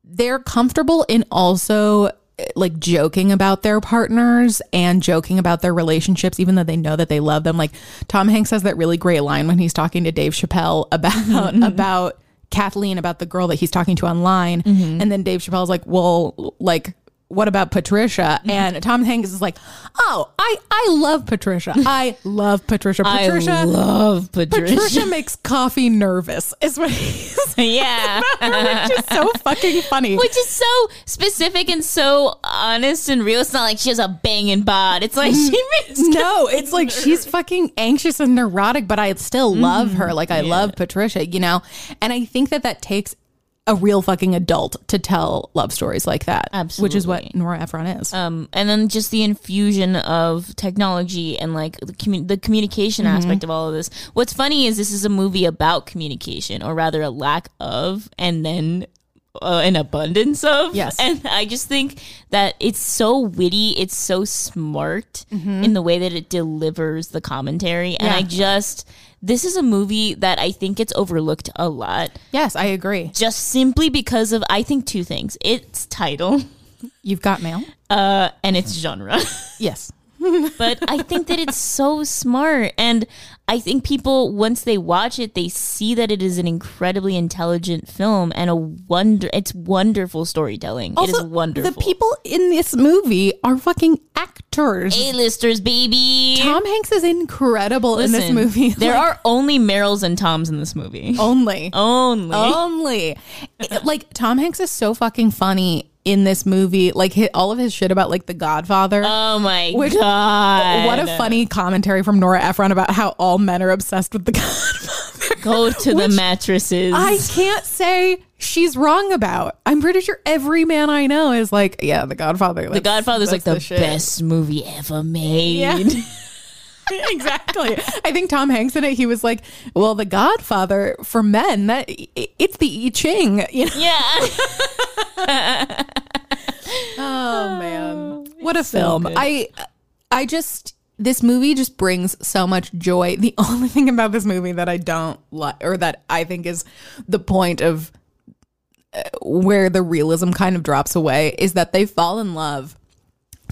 S1: they're comfortable in also eh, like joking about their partners and joking about their relationships even though they know that they love them like Tom Hanks has that really great line when he's talking to Dave Chappelle about about Kathleen about the girl that he's talking to online and then Dave Chappelle's like well like what about Patricia? And Tom Hanks is like, "Oh, I I love Patricia. I love Patricia. Patricia
S2: I love Patricia.
S1: Patricia makes coffee nervous. Is what he's
S2: yeah.
S1: which is so fucking funny.
S2: Which is so specific and so honest and real. It's not like she has a banging bod. It's like she makes.
S1: no, it's like she's fucking anxious and
S2: Mm-hmm.
S1: neurotic, but I still love her. Like I love Patricia, you know. And I think that that takes a real fucking adult to tell love stories like that. Which is what
S2: Absolutely.
S1: Nora Ephron is.
S2: Um, and then just the infusion of technology and like the, commu- the communication aspect of all of this. What's funny is this is a movie about communication, or rather a lack of, and then uh, an abundance of.
S1: Yes.
S2: And I just think that it's so witty, it's so smart in the way that it delivers the commentary. And I just, this is a movie that I think gets overlooked a lot
S1: yes, I agree.
S2: just simply because of, I think, two things its title
S1: You've got mail.
S2: uh, and its genre.
S1: Yes.
S2: but I think that it's so smart. And I think people, once they watch it, they see that it is an incredibly intelligent film and a wonder. It's wonderful storytelling. it is wonderful.
S1: The people in this movie are fucking actors.
S2: A-listers, baby.
S1: Tom Hanks is incredible in this
S2: Listen,
S1: movie.
S2: There
S1: Like, Oh.
S2: are only Merrills and Toms in this movie.
S1: only.
S2: Only.
S1: Oh. only. It- like Tom Hanks is so fucking funny in this movie. Like hi all of his shit about like The Godfather.
S2: Oh my
S1: Which-
S2: god!
S1: what a funny commentary from Nora Ephron about how all men are obsessed with The Godfather.
S2: Go to the mattresses.
S1: I can't say she's wrong about. I'm pretty sure every man I know is like, yeah, The Godfather.
S2: the Godfather's like the, best movie ever made.
S1: exactly. I think Tom Hanks in it, he was like, well, The Godfather for men, that i- it's the I Ching, you know?
S2: yeah.
S1: Oh man, what a film! I, I just this movie just brings so much joy. The only thing about this movie that I don't like, or that I think is the point of uh, where the realism kind of drops away, is that they fall in love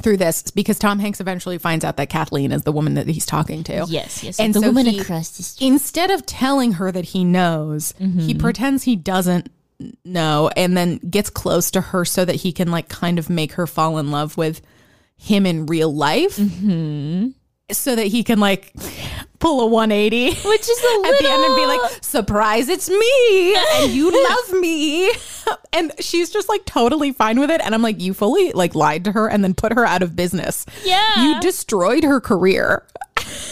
S1: through this because Tom Hanks eventually finds out that Kathleen is the woman that he's talking to.
S2: Yes, yes.
S1: And
S2: the
S1: so
S2: woman
S1: he-
S2: across the street. Mm-hmm.
S1: Instead of telling her that he knows, he pretends he doesn't know and then gets close to her so that he can like kind of make her fall in love with him in real life.
S2: Mm-hmm.
S1: So that he can like pull a 180
S2: Which is a
S1: at the end and be like, surprise, it's me and you love me. And she's just like totally fine with it. And I'm like, you fully like lied to her and then put her out of business.
S2: yeah.
S1: You destroyed her career.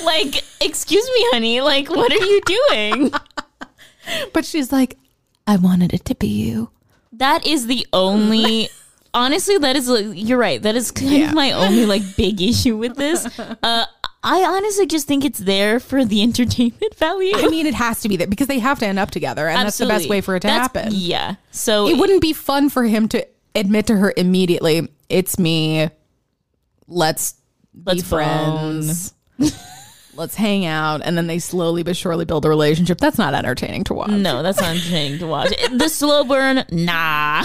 S2: Like, excuse me, honey. Like, what are you doing?
S1: But she's like, I wanted it to be you.
S2: that is the only. Honestly, that is. Like, you're right. That is kind of my only like big issue with this. Uh, I honestly just think it's there for the entertainment value.
S1: I mean, it has to be that because they have to end up together, and that's the best
S2: Absolutely.
S1: way for it to
S2: That's-
S1: happen.
S2: Yeah. So
S1: It wouldn't be fun for him to admit to her immediately, "It's me. Let's,
S2: Let's
S1: be friends. Let's hang out." And then they slowly but surely build a relationship. That's not entertaining to watch.
S2: no, that's not entertaining to watch. The slow burn, nah.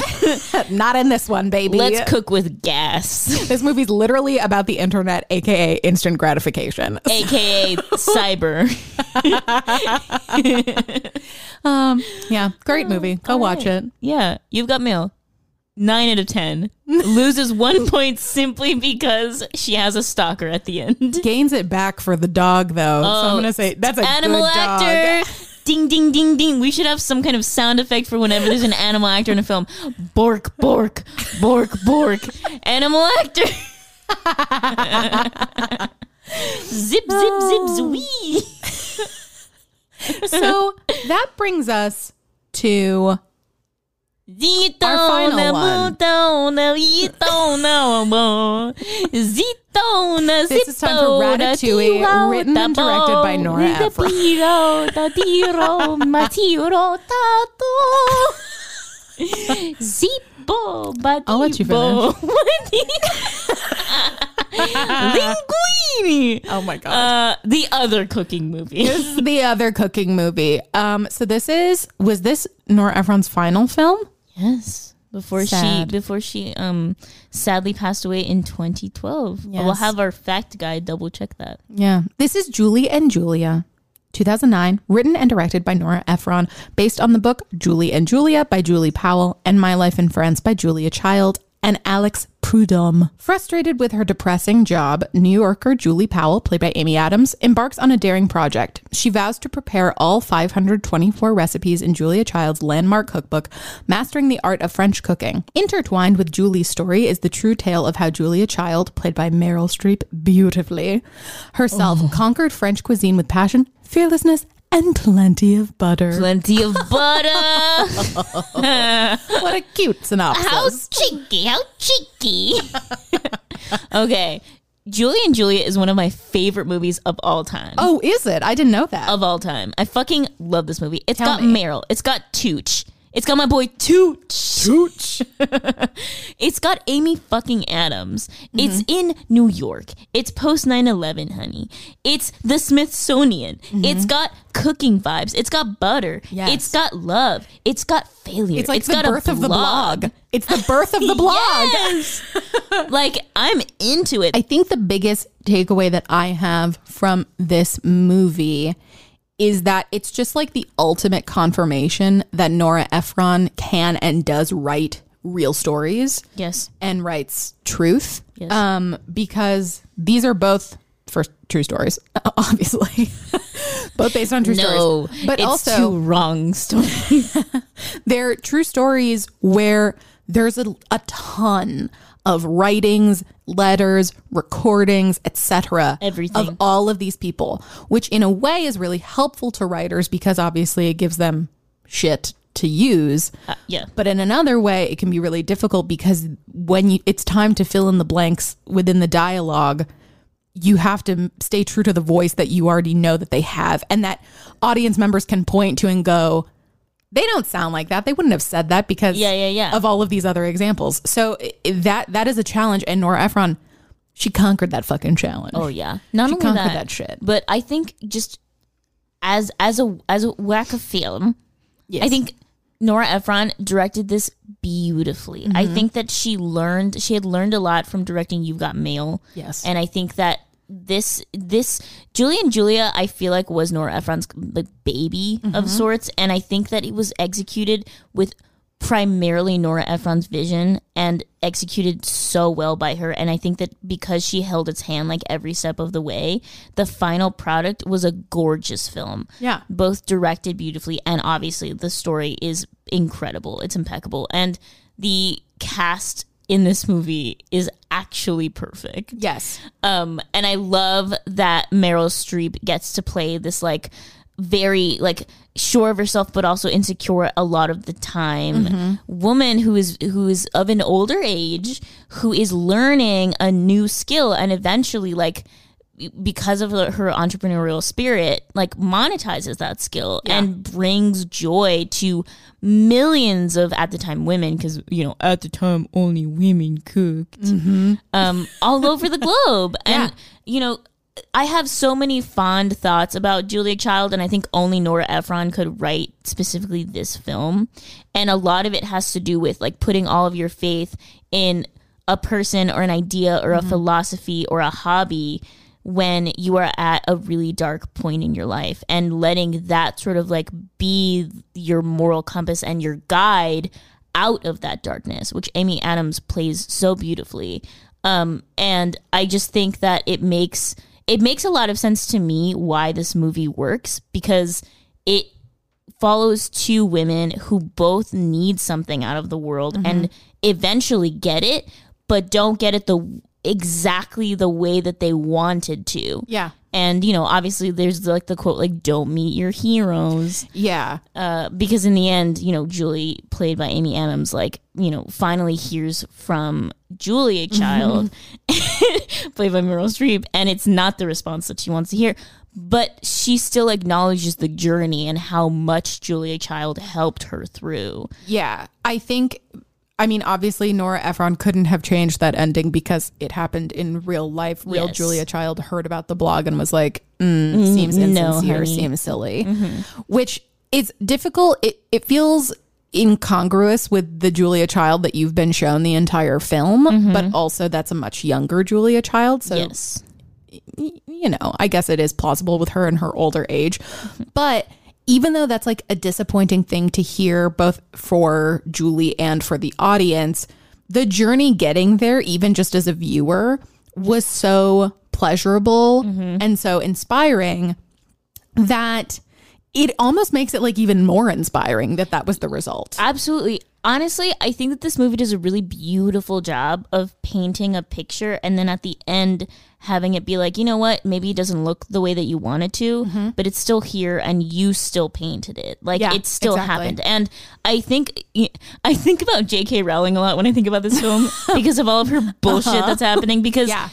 S1: not in this one, baby.
S2: Let's cook with gas,
S1: This movie's literally about the internet, aka instant gratification.
S2: aka cyber.
S1: Um, yeah, great movie. Go watch it.
S2: Yeah, you've got mail. Nine out of ten. Loses one point simply because she has a stalker at the end.
S1: Gains it back for the dog, though. so I'm gonna say that's a
S2: Animal
S1: good dog.
S2: actor. Ding ding ding ding. We should have some kind of sound effect for whenever there's an animal actor in a film. Bork bork bork bork. Animal actor. zip zip zip
S1: Oh.
S2: zwee.
S1: so that brings us to
S2: Zito
S1: final
S2: na
S1: one.
S2: buto na ito na mo. Zito na
S1: This is time for
S2: zito na
S1: Ratatouille,
S2: tiro
S1: written and
S2: ta
S1: directed by
S2: bo.
S1: Nora
S2: Ni
S1: Ephron.
S2: tiro ta tiro, ma tiro ta to. Zipo ba
S1: I'll let you
S2: tibo, ma ti- Linguini.
S1: oh my god,
S2: Uh, the other cooking movie.
S1: the other cooking movie. Um, so this is was this Nora Ephron's final film?
S2: Yes. Before
S1: Sad.
S2: she before she um sadly passed away in 2012. We'll
S1: Yes.
S2: have our fact guy double check that.
S1: Yeah, this is Julie and Julia. 2009, written and directed by Nora Ephron, based on the book Julie and Julia by Julie Powell and My Life in France by Julia Child and Alex Prudhomme. Frustrated with her depressing job, New Yorker Julie Powell, played by Amy Adams, embarks on a daring project. She vows to prepare all 524 recipes in Julia Child's landmark cookbook, Mastering the Art of French Cooking. Intertwined with Julie's story is the true tale of how Julia Child, played by
S2: Oh.
S1: Meryl Streep beautifully, herself conquered French cuisine with passion, fearlessness, and plenty of butter.
S2: Plenty of butter.
S1: what a cute synopsis.
S2: How cheeky. How cheeky. okay. Julie and Julia is one of my favorite movies of all time.
S1: oh, is it? I didn't know that.
S2: Of all time. I fucking love this movie. It's
S1: Tell
S2: got
S1: me.
S2: Meryl. It's got Tooch. It's got my boy Tooch.
S1: Tooch.
S2: It's got Amy fucking Adams. It's
S1: Mm-hmm.
S2: in New York. It's post 9 11, honey. It's the Smithsonian. It's got cooking vibes. It's got butter.
S1: Mm-hmm. Yes.
S2: It's got love. It's got failure.
S1: It's like the
S2: got a
S1: birth of the blog. It's the birth of the blog.
S2: Yes. like, I'm into it.
S1: I think the biggest takeaway that I have from this movie is that it's just like the ultimate confirmation that Nora Ephron can and does write real stories
S2: yes.
S1: and writes truth.
S2: Yes.
S1: Um, because these are both first true stories, obviously. both based on true
S2: No.
S1: stories. But
S2: it's
S1: also
S2: two wrong stories.
S1: they're true stories where there's a, a ton of writings, letters, recordings, etc.
S2: Everything.
S1: of all of these people, which in a way is really helpful to writers because obviously it gives them shit to use.
S2: Uh, yeah.
S1: But in another way, it can be really difficult because when you, it's time to fill in the blanks within the dialogue, you have to stay true to the voice that you already know that they have and that audience members can point to and go, they don't sound like that. They wouldn't have said that because
S2: Yeah, yeah, yeah.
S1: of all of these other examples. So i- that that is a challenge. And Nora Ephron, she conquered that fucking challenge.
S2: Oh yeah, not
S1: She
S2: only
S1: conquered
S2: that,
S1: that shit.
S2: But I think just as as a as a whack of film, I think Nora Ephron directed this beautifully. I
S1: Mm-hmm.
S2: think that she learned she had learned a lot from directing You've Got Mail.
S1: Yes.
S2: and I think that this this Julie and Julia I feel like was Nora Ephron's like baby
S1: Mm-hmm.
S2: of sorts, and I think that it was executed with primarily Nora Ephron's vision and executed so well by her and I think that because she held its hand like every step of the way the final product was a gorgeous film
S1: Yeah.
S2: both directed beautifully and obviously the story is incredible it's impeccable and the cast in this movie is actually perfect
S1: Yes.
S2: um and i love that meryl streep gets to play this like very like sure of herself but also insecure a lot of the time woman who is who is of an older age who is learning a new skill and eventually like because of her entrepreneurial spirit, like monetizes that skill and brings joy to millions of at the time women, because you know at the time only women cooked, um, all over the globe, and you know. I have so many fond thoughts about Julia Child, and I think only Nora Ephron could write specifically this film. And a lot of it has to do with like putting all of your faith in a person or an idea or a philosophy or a hobby when you are at a really dark point in your life and letting that sort of like be your moral compass and your guide out of that darkness, which Amy Adams plays so beautifully. Um, and I just think that it makes it makes a lot of sense to me why this movie works because it follows two women who both need something out of the world and eventually get it, but don't get it the exactly the way that they wanted to.
S1: Yeah.
S2: And you know, obviously, there's like the quote, like "Don't meet your heroes,"
S1: Yeah.
S2: uh, because in the end, you know, Julie, played by Amy Adams, like you know, finally hears from Julia Child, played by Meryl Streep, and it's not the response that she wants to hear, but she still acknowledges the journey and how much Julia Child helped her through.
S1: Yeah. I think, I mean, obviously, Nora Ephron couldn't have changed that ending because it happened in real life. Real
S2: Yes. Mm-hmm.
S1: Julia Child heard about the blog and was like, mm, seems insincere,
S2: honey. Mm-hmm.
S1: seems silly, which is difficult. It, it feels incongruous with the Julia Child that you've been shown the entire film, but also that's a much younger Julia Child. So
S2: Mm-hmm. Yes,
S1: you know, I guess it is plausible with her and her older age. But even though that's like a disappointing thing to hear, both for Julie and for the audience, the journey getting there, even just as a viewer, was so pleasurable
S2: Mm-hmm.
S1: and so inspiring that it almost makes it like even more inspiring that that was the result.
S2: absolutely. Honestly, I think that this movie does a really beautiful job of painting a picture and then at the end having it be like, you know what, maybe it doesn't look the way that you want it to, but it's still here and you still painted it. Like
S1: Mm-hmm. Yeah,
S2: it still
S1: exactly.
S2: happened. And I think I think about J.K. Rowling a lot when I think about this film because of all of her bullshit that's happening because
S1: Uh-huh.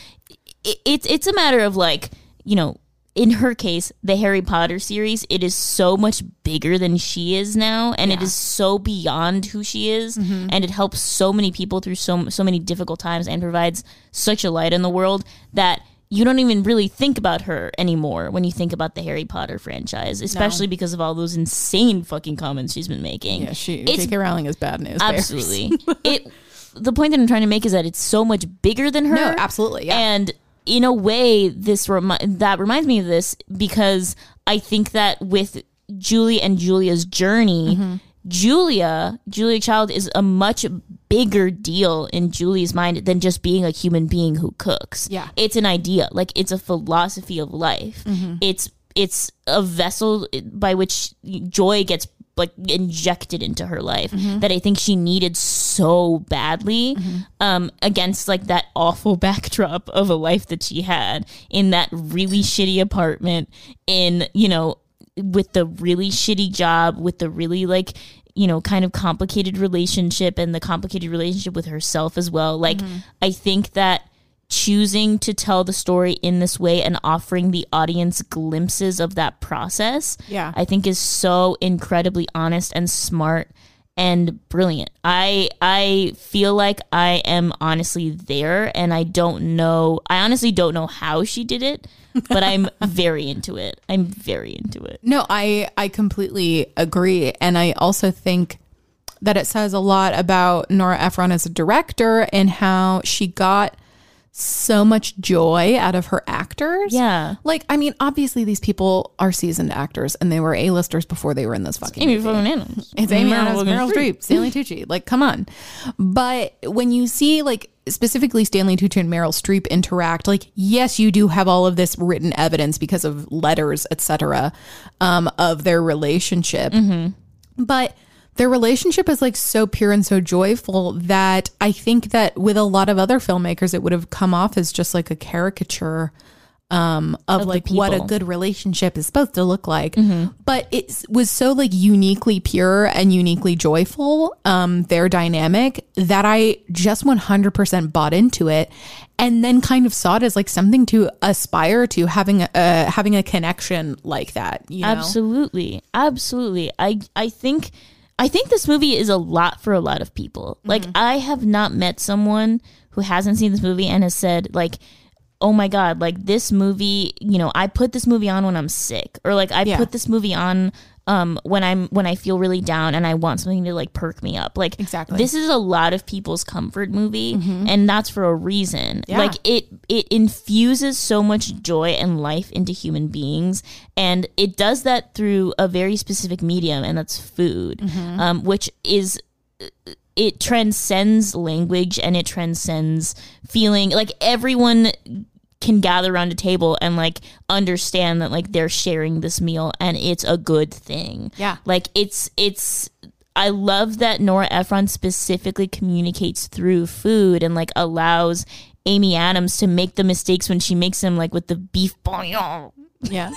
S1: Yeah.
S2: it- it's it's a matter of like you know in her case the harry potter series it is so much bigger than she is now and it is so beyond who she is
S1: Mm-hmm.
S2: and it helps so many people through so so many difficult times and provides such a light in the world that you don't even really think about her anymore when you think about the Harry Potter franchise, especially because of all those insane fucking comments she's been making.
S1: Yeah, she
S2: It's
S1: J.K. Rowling is bad news. bears.
S2: absolutely it. The point that I'm trying to make is that it's so much bigger than her.
S1: No, absolutely. Yeah.
S2: And in a way, this remi- that reminds me of this because I think that with Julie and Julia's journey,
S1: Mm-hmm.
S2: Julia, Julia Child is a much bigger deal in Julie's mind than just being a human being who cooks.
S1: Yeah.
S2: It's an idea. Like it's a philosophy of life. It's it's a vessel by which joy gets like injected into her life that I think she needed so badly um, against like that awful backdrop of a life that she had in that really shitty apartment in you know with the really shitty job with the really like you know kind of complicated relationship and the complicated relationship with herself as well like I think that choosing to tell the story in this way and offering the audience glimpses of that process
S1: Yeah.
S2: i think is so incredibly honest and smart and brilliant i i feel like i am honestly there and i don't know i honestly don't know how she did it but i'm very into it i'm very into it
S1: No, I I completely agree, and I also think that it says a lot about Nora Ephron as a director and how she got so much joy out of her actors.
S2: Yeah.
S1: like I mean, obviously these people are seasoned actors, and they were A-listers before they were in this fucking.
S2: amy
S1: movie.
S2: fucking Adams.
S1: It's Amy Adams,
S2: Wilkins
S1: Meryl Streep, Stanley Tucci. Like, come on. But when you see like specifically Stanley Tucci and Meryl Streep interact, like, yes, you do have all of this written evidence because of letters, etc., um, of their relationship. But their relationship is like so pure and so joyful that I think that with a lot of other filmmakers, it would have come off as just like a caricature um, of, like what a
S2: people.
S1: good relationship is supposed to look like.
S2: Mm-hmm.
S1: But it s- was so like uniquely pure and uniquely joyful, um, their dynamic that I just 100% bought into it and then kind of saw it as like something to aspire to having a, uh, having a connection like that, you know?
S2: Absolutely. Absolutely. I I think I think this movie is a lot for a lot of people.
S1: Mm-hmm.
S2: Like I have not met someone who hasn't seen this movie and has said like oh my god, like this movie, you know, I put this movie on when I'm sick or like I
S1: Yeah.
S2: put this movie on um when I'm when I feel really down and I want something to like perk me up. Like
S1: Exactly.
S2: This is a lot of people's comfort movie and that's for a reason. Like it it infuses so much joy and life into human beings and it does that through a very specific medium and that's food. Um which is it transcends language and it transcends feeling like everyone can gather around a table and like understand that like they're sharing this meal and it's a good thing
S1: Yeah.
S2: like it's it's i love that nora ephron specifically communicates through food and like allows amy adams to make the mistakes when she makes them like with the beef bouillon
S1: Yeah.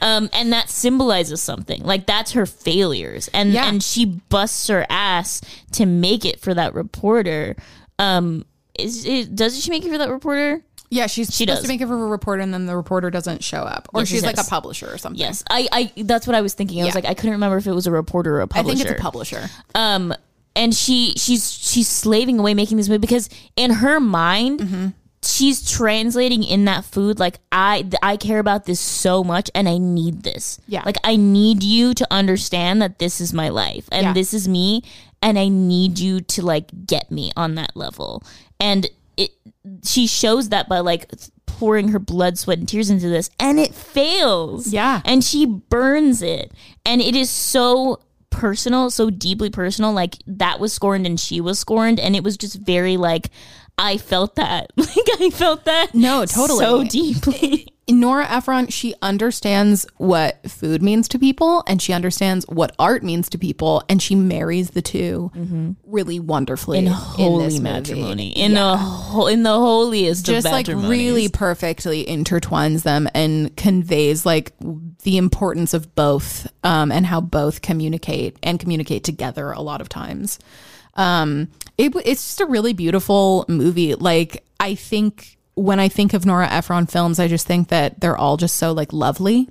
S2: um, and that symbolizes something. Like that's her failures, and
S1: Yeah.
S2: and she busts her ass to make it for that reporter. Um, is it does she make it for that reporter?
S1: yeah. She's supposed
S2: does.
S1: to make it for a reporter and then the reporter doesn't show up or
S2: Yes,
S1: she's
S2: yes,
S1: like
S2: yes.
S1: a publisher or something.
S2: Yes, I, I that's what I was thinking. I was
S1: Yeah.
S2: like, I couldn't remember if it was a reporter or a
S1: I
S2: publisher.
S1: think it's a publisher.
S2: um and she she's she's slaving away making this movie because in her mind
S1: Mm-hmm.
S2: she's translating in that food like i th- i care about this so much and i need this
S1: Yeah.
S2: like i need you to understand that this is my life and
S1: Yeah.
S2: this is me and i need you to like get me on that level and it she shows that by like pouring her blood sweat and tears into this and it fails
S1: Yeah.
S2: and she burns it and it is so personal so deeply personal like that was scorned and she was scorned and it was just very like i felt that like i felt that
S1: No, totally.
S2: so deeply
S1: Nora Ephron, she understands what food means to people and she understands what art means to people, and she marries the 2 really wonderfully in,
S2: Mm-hmm. Holy
S1: this movie.
S2: matrimony in the ho- in the holiest
S1: Just
S2: of
S1: like
S2: matrimonies.
S1: really perfectly intertwines them and conveys like the importance of both um, and how both communicate and communicate together a lot of times. Um, it, w- it's just a really beautiful movie. Like, I think when I think of Nora Ephron films, I just think that they're all just so like lovely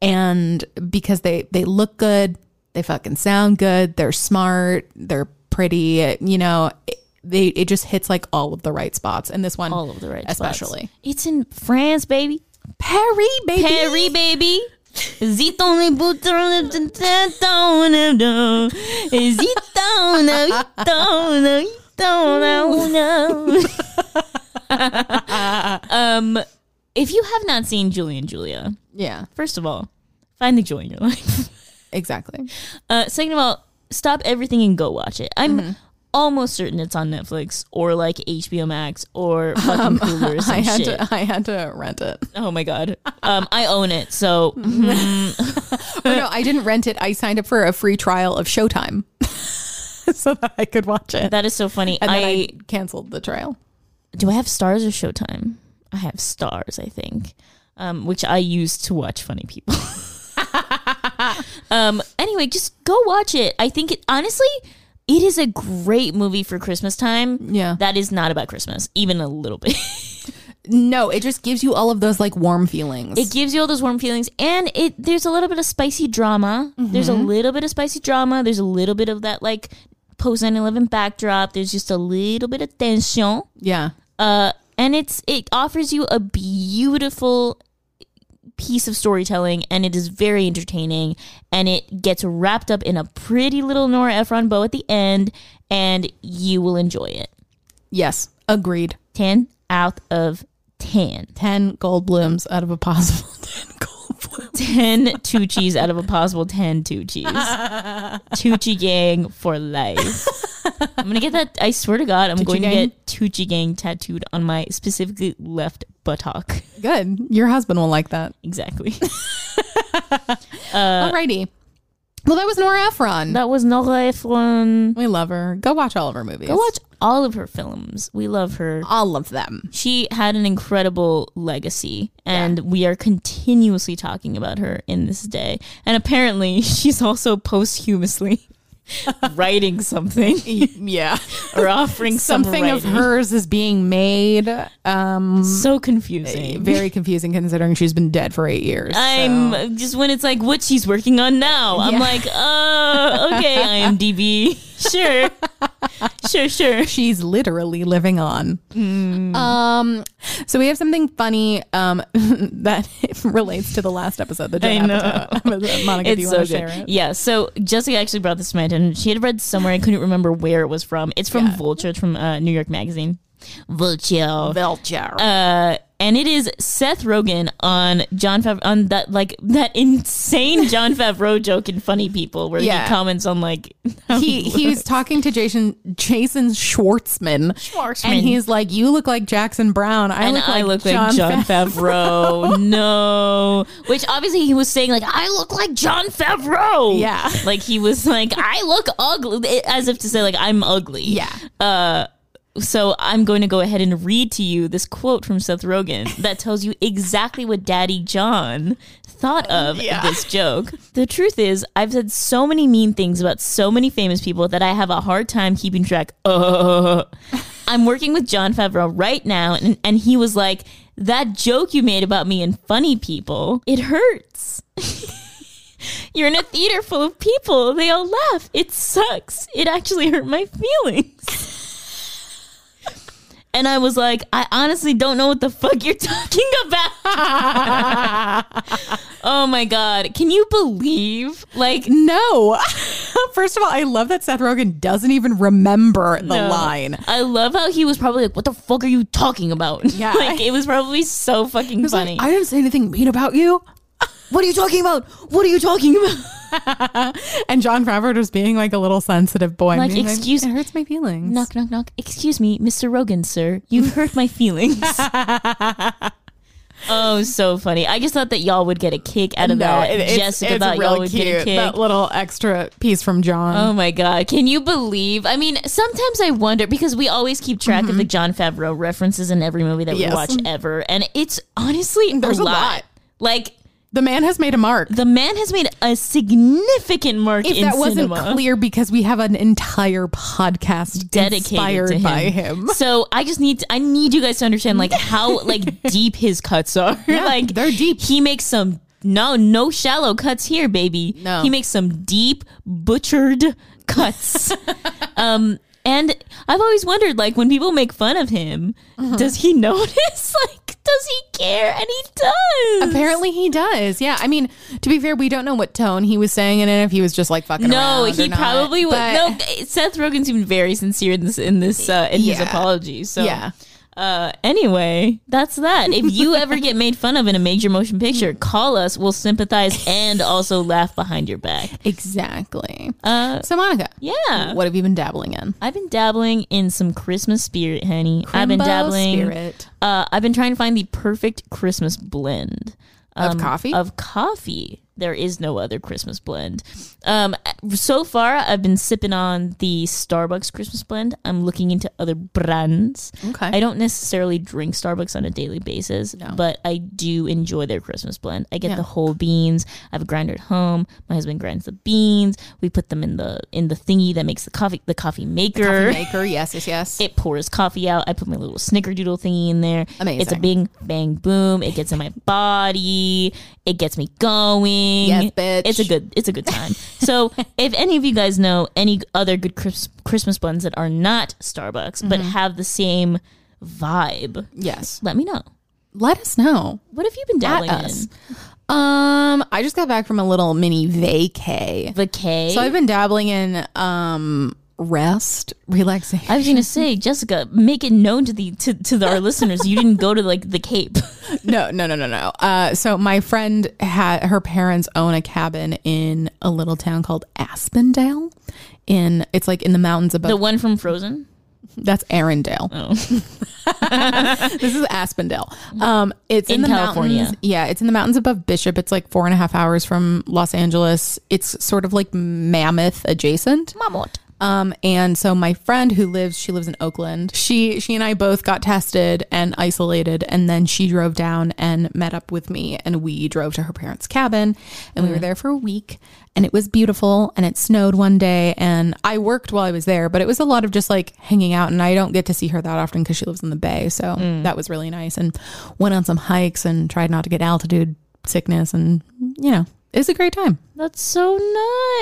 S1: and because they they look good they fucking sound good they're smart they're pretty you know it, they it just hits like all of the right spots and this one
S2: all of the right spots.
S1: especially
S2: It's in France, baby.
S1: Perry baby
S2: Perry, baby. Zito ne butono ne tento ne do. Zito ne ito ne ito ne uno. Um, if you have not seen Julie and Julia,
S1: yeah
S2: first of all, find the joy in your life.
S1: exactly
S2: Uh, second of all, stop everything and go watch it. I'm
S1: Mm-hmm.
S2: almost certain it's on Netflix or like HBO Max or fucking Hulu or some
S1: I had
S2: shit.
S1: to I had to rent it
S2: Oh my god. Um, I own it, so
S1: or Oh, no I didn't rent it I signed up for a free trial of Showtime so that I could watch it
S2: that is so funny.
S1: and then I,
S2: I
S1: canceled the trial
S2: do I have stars or Showtime? I have stars, I think, um, which I use to watch funny people. um, anyway, just go watch it. I think it honestly, it is a great movie for Christmas time.
S1: Yeah.
S2: that is not about Christmas, even a little bit.
S1: no it just gives you all of those like warm feelings
S2: it gives you all those warm feelings, and it there's a little bit of spicy drama. There's a little bit of spicy drama. There's a little bit of that like post 9-11 backdrop. There's just a little bit of tension.
S1: yeah
S2: uh, and it's it offers you a beautiful piece of storytelling and it is very entertaining and it gets wrapped up in a pretty little Nora Ephron bow at the end and you will enjoy it.
S1: yes agreed
S2: 10 out of 10.
S1: 10 gold blooms out of a possible 10 gold blooms.
S2: 10 Tucci's out of a possible 10 Tucci's. Tucci gang for life. I'm going to get that I swear to god I'm going to
S1: gang?
S2: get Tucci gang tattooed on my specifically left buttock.
S1: Good. Your husband will like that.
S2: Exactly. Uh,
S1: Alrighty. Well, that was Nora Ephron.
S2: That was Nora Ephron.
S1: we love her. Go watch all of her movies.
S2: Go watch all of her films. We love her.
S1: all of them.
S2: She had an incredible legacy, and we are continuously talking about her in this day. And apparently, she's also posthumously writing something
S1: yeah.
S2: or offering some
S1: Something of
S2: writing.
S1: hers is being made. Um,
S2: So confusing.
S1: very confusing considering she's been dead for eight years.
S2: I'm just when it's like what she's working on now. I'm
S1: Yeah.
S2: like, uh, okay, IMDb, sure, sure, sure.
S1: She's literally living on.
S2: Mm.
S1: Um, so we have something funny um, that relates to the last episode. The Judd
S2: I know.
S1: Apatow episode. Monica, do you want to share it?
S2: Yeah. So Jessica actually brought this to my attention. She had read somewhere. I couldn't remember where it was from. It's from Vulture. It's from uh, New York Magazine. Vulture.
S1: Belcher.
S2: Uh, and it is Seth Rogen on John Fav- on that like that insane John Favreau joke in Funny People where
S1: Yeah.
S2: he comments on like how
S1: he he was talking to Jason Jason Schwartzman,
S2: Schwartzman.
S1: and he's like, "You look like Jackson Brown. I
S2: and
S1: look
S2: I
S1: like
S2: look
S1: John."
S2: like John
S1: Fa-
S2: Favreau. no, which obviously he was saying like I look like John Favreau.
S1: Yeah.
S2: like he was like I look ugly, as if to say like I'm ugly.
S1: yeah,
S2: So I'm going to go ahead and read to you this quote from Seth Rogen that tells you exactly what Daddy John thought of this joke. The truth is, I've said so many mean things about so many famous people that I have a hard time keeping track. Uh, I'm working with John Favreau right now, and, and he was like, That joke you made about me and funny people, it hurts. You're in a theater full of people. They all laugh. It sucks. It actually hurt my feelings. And I was like, I honestly don't know what the fuck you're talking about. oh my God. Can you believe? Like,
S1: no. First of all, I love that Seth Rogen doesn't even remember the
S2: no.
S1: line.
S2: I love how he was probably like, what the fuck are you talking about?
S1: Yeah.
S2: like, it was probably so fucking
S1: He's like,
S2: funny.
S1: I didn't say anything mean about you. What are you talking about? What are you talking about? and John Favreau just being like a little sensitive boy.
S2: Like,
S1: being
S2: excuse-
S1: it hurts my feelings.
S2: knock, knock, knock. Excuse me, Mr. Rogan, sir. You've hurt my feelings. Oh, so funny. I just thought that y'all would get a kick out of that.
S1: it- it's,
S2: Jessica
S1: it's
S2: thought y'all
S1: really
S2: would
S1: cute.
S2: get a kick.
S1: That little extra piece from John.
S2: Oh my god! Can you believe? I mean, sometimes I wonder because we always keep track of the John Favreau references in every movie that
S1: Mm-hmm. Yes.
S2: we watch ever, and it's honestly
S1: There's a
S2: a, lot.
S1: lot.
S2: Like
S1: The man has made a mark.
S2: the man has made a significant mark
S1: if
S2: in
S1: that wasn't
S2: cinema.
S1: clear, because we have an entire podcast
S2: dedicated
S1: inspired
S2: to him.
S1: by him.
S2: So I just need to, I need you guys to understand like how like deep his cuts are. like
S1: they're deep.
S2: He makes some no no shallow cuts here, baby.
S1: No.
S2: he makes some deep butchered cuts. um, and I've always wondered like when people make fun of him,
S1: Uh-huh.
S2: does he notice? like, does he care? And he does.
S1: Apparently he does. Yeah. I mean, to be fair, we don't know what tone he was saying it in if he was just like fucking
S2: No,
S1: around or
S2: he
S1: not,
S2: probably would.
S1: but-
S2: No, Seth Rogen seemed very sincere in this in this uh, in his
S1: Yeah.
S2: apology. So
S1: Yeah.
S2: Uh, anyway, that's that. If you ever get made fun of in a major motion picture, call us. We'll sympathize and also laugh behind your back.
S1: Exactly.
S2: Uh,
S1: so Monica,
S2: yeah.
S1: what have you been dabbling in?
S2: I've been dabbling in some Christmas spirit, honey. I've been
S1: Crimbo
S2: dabbling.
S1: spirit.
S2: Uh, I've been trying to find the perfect Christmas blend
S1: Of
S2: um,
S1: coffee?
S2: Of coffee, there is no other Christmas blend. Um, so far, I've been sipping on the Starbucks Christmas blend. I'm looking into other brands.
S1: Okay.
S2: I don't necessarily drink Starbucks on a daily basis, but I do enjoy their Christmas blend. I get the whole beans. I have a grinder at home. My husband grinds the beans. We put them in the in the thingy that makes the coffee the coffee maker.
S1: Coffee maker. Yes. Yes. Yes.
S2: It pours coffee out. I put my little snickerdoodle thingy in there.
S1: Amazing.
S2: It's a bing, bang, boom. It gets in my body. It gets me going.
S1: Yes, bitch.
S2: It's a good. It's a good time. so, if any of you guys know any other good Chris- Christmas buns that are not Starbucks but
S1: Mm-hmm.
S2: have the same vibe,
S1: yes.
S2: let me know.
S1: Let us know.
S2: What have you been dabbling
S1: At
S2: in?
S1: us. Um, I just got back from a little mini vacay.
S2: Vacay.
S1: So I've been dabbling in um rest, relaxation.
S2: I was gonna say, Jessica, make it known to the to, to the- our listeners you didn't go to like the Cape.
S1: no, no, no, no, no. Uh, so my friend had her parents own a cabin in a little town called Aspendale. In it's like in the mountains above.
S2: the Oh. one from Frozen.
S1: that's Arendelle. this is Aspendale. Um, it's in,
S2: In
S1: the
S2: California.
S1: mountains. Yeah, it's in the mountains above Bishop. It's like four and a half hours from Los Angeles. It's sort of like Mammoth adjacent.
S2: Mamot.
S1: Um, and so my friend who lives, she lives in Oakland. She she and I both got tested and isolated, and then she drove down and met up with me, and we drove to her parents' cabin, and
S2: Mm.
S1: we were there for a week, and it was beautiful, and it snowed one day, and I worked while I was there, but it was a lot of just like hanging out, and I don't get to see her that often because she lives in the Bay, so
S2: Mm.
S1: that was really nice, and went on some hikes and tried not to get altitude sickness, and you know it was a great time.
S2: That's so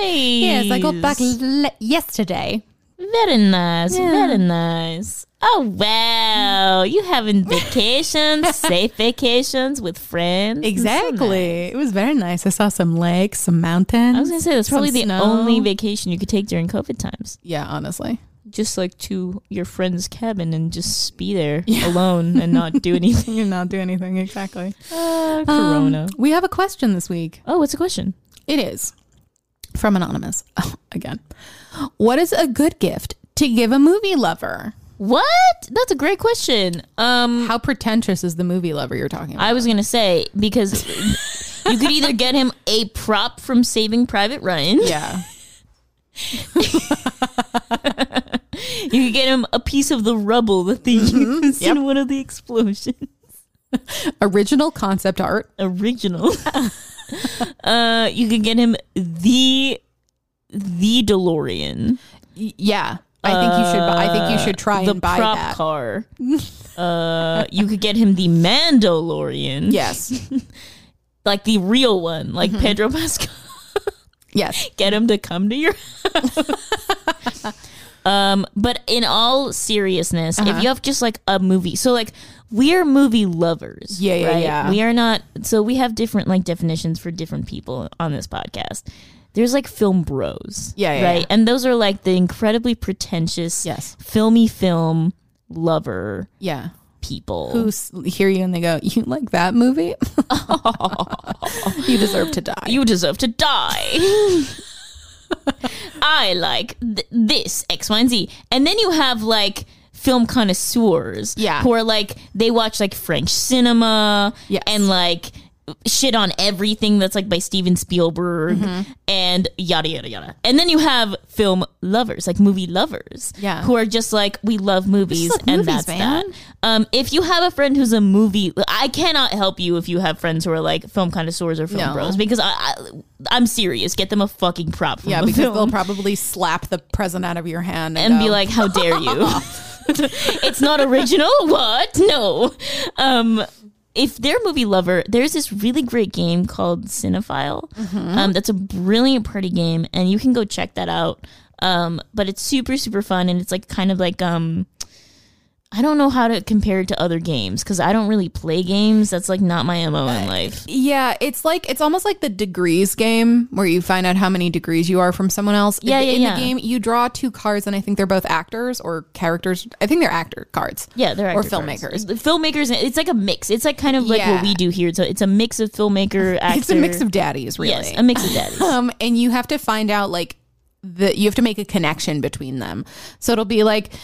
S2: nice.
S1: Yes, I got back le- yesterday.
S2: Very nice. Very nice. Oh wow! You having vacations, safe vacations with friends? That's so nice.
S1: Exactly. It was very nice. I saw some lakes, some mountains.
S2: I was gonna say that's
S1: some
S2: probably the
S1: snow.
S2: only vacation you could take during COVID times.
S1: Yeah, honestly.
S2: Just like to your friend's cabin and just be there alone and not do anything.
S1: You not do anything exactly. Um,
S2: Uh, corona.
S1: We have a question this week.
S2: oh, what's the question?
S1: It is from anonymous. Oh, again. What is a good gift to give a movie lover?
S2: What? That's a great question. Um,
S1: How pretentious is the movie lover you're talking about?
S2: I was gonna say because you could either get him a prop from Saving Private Ryan.
S1: yeah.
S2: You could get him a piece of the rubble that they
S1: Mm-hmm.
S2: used in one of the explosions.
S1: Original concept art.
S2: Original. uh, you could get him the the DeLorean,
S1: Y- yeah. I think you should bu- I think you should try
S2: Uh, the
S1: and buy
S2: prop
S1: that.
S2: car. Uh, you could get him the Mandalorian,
S1: Yes.
S2: like the real one, like
S1: Mm-hmm.
S2: Pedro Pascal.
S1: Yes.
S2: Get him to come to your. house. um, but in all seriousness,
S1: Uh-huh.
S2: if you have just like a movie, so like we're movie lovers.
S1: Yeah, yeah,
S2: right?
S1: yeah.
S2: We are not. So we have different like definitions for different people on this podcast. There's like film bros.
S1: Yeah, yeah,
S2: right.
S1: yeah.
S2: And those are like the incredibly pretentious,
S1: Yes.
S2: filmy film lover
S1: Yeah.
S2: people.
S1: Who s- hear you and they go, "You like that movie? you deserve to die."
S2: you deserve to die. I like th- this X, Y, and Z, and then you have like film connoisseurs.
S1: Yeah.
S2: Who are like, they watch like French cinema
S1: Yes.
S2: and like shit on everything that's like by Steven Spielberg
S1: Mm-hmm.
S2: and yada, yada, yada. And then you have film lovers, like movie lovers.
S1: Yeah.
S2: Who are just like, we love movies
S1: love
S2: and
S1: movies,
S2: that's
S1: man.
S2: that. Um, if you have a friend who's a movie, I cannot help you if you have friends who are like film connoisseurs or film
S1: No.
S2: bros because I, I, I'm serious. Get them a fucking prop from
S1: Yeah,
S2: a
S1: because
S2: film
S1: they'll probably slap the present out of your hand and,
S2: and be
S1: go,
S2: like, "How dare you? it's not original. What? No." Um, if they're a movie lover, there's this really great game called Cinephile.
S1: Mm-hmm.
S2: Um, that's a brilliant party game, and you can go check that out. Um, but it's super super fun, and it's like kind of like um. I don't know how to compare it to other games because I don't really play games. That's like not my MO in life.
S1: Yeah, it's like it's almost like the degrees game where you find out how many degrees you are from someone else.
S2: Yeah,
S1: in,
S2: yeah,
S1: in
S2: yeah.
S1: the game, you draw two cards, and I think they're both actors or characters. I think they're actor cards.
S2: Yeah, they're
S1: or
S2: actor cards.
S1: filmmakers.
S2: The filmmakers, it's like a mix. It's like kind of like
S1: Yeah.
S2: what we do here. It's a, it's a mix of filmmaker, actor.
S1: It's a mix of daddies, really.
S2: Yes, a mix of daddies.
S1: um, and you have to find out like the you have to make a connection between them. So it'll be like t-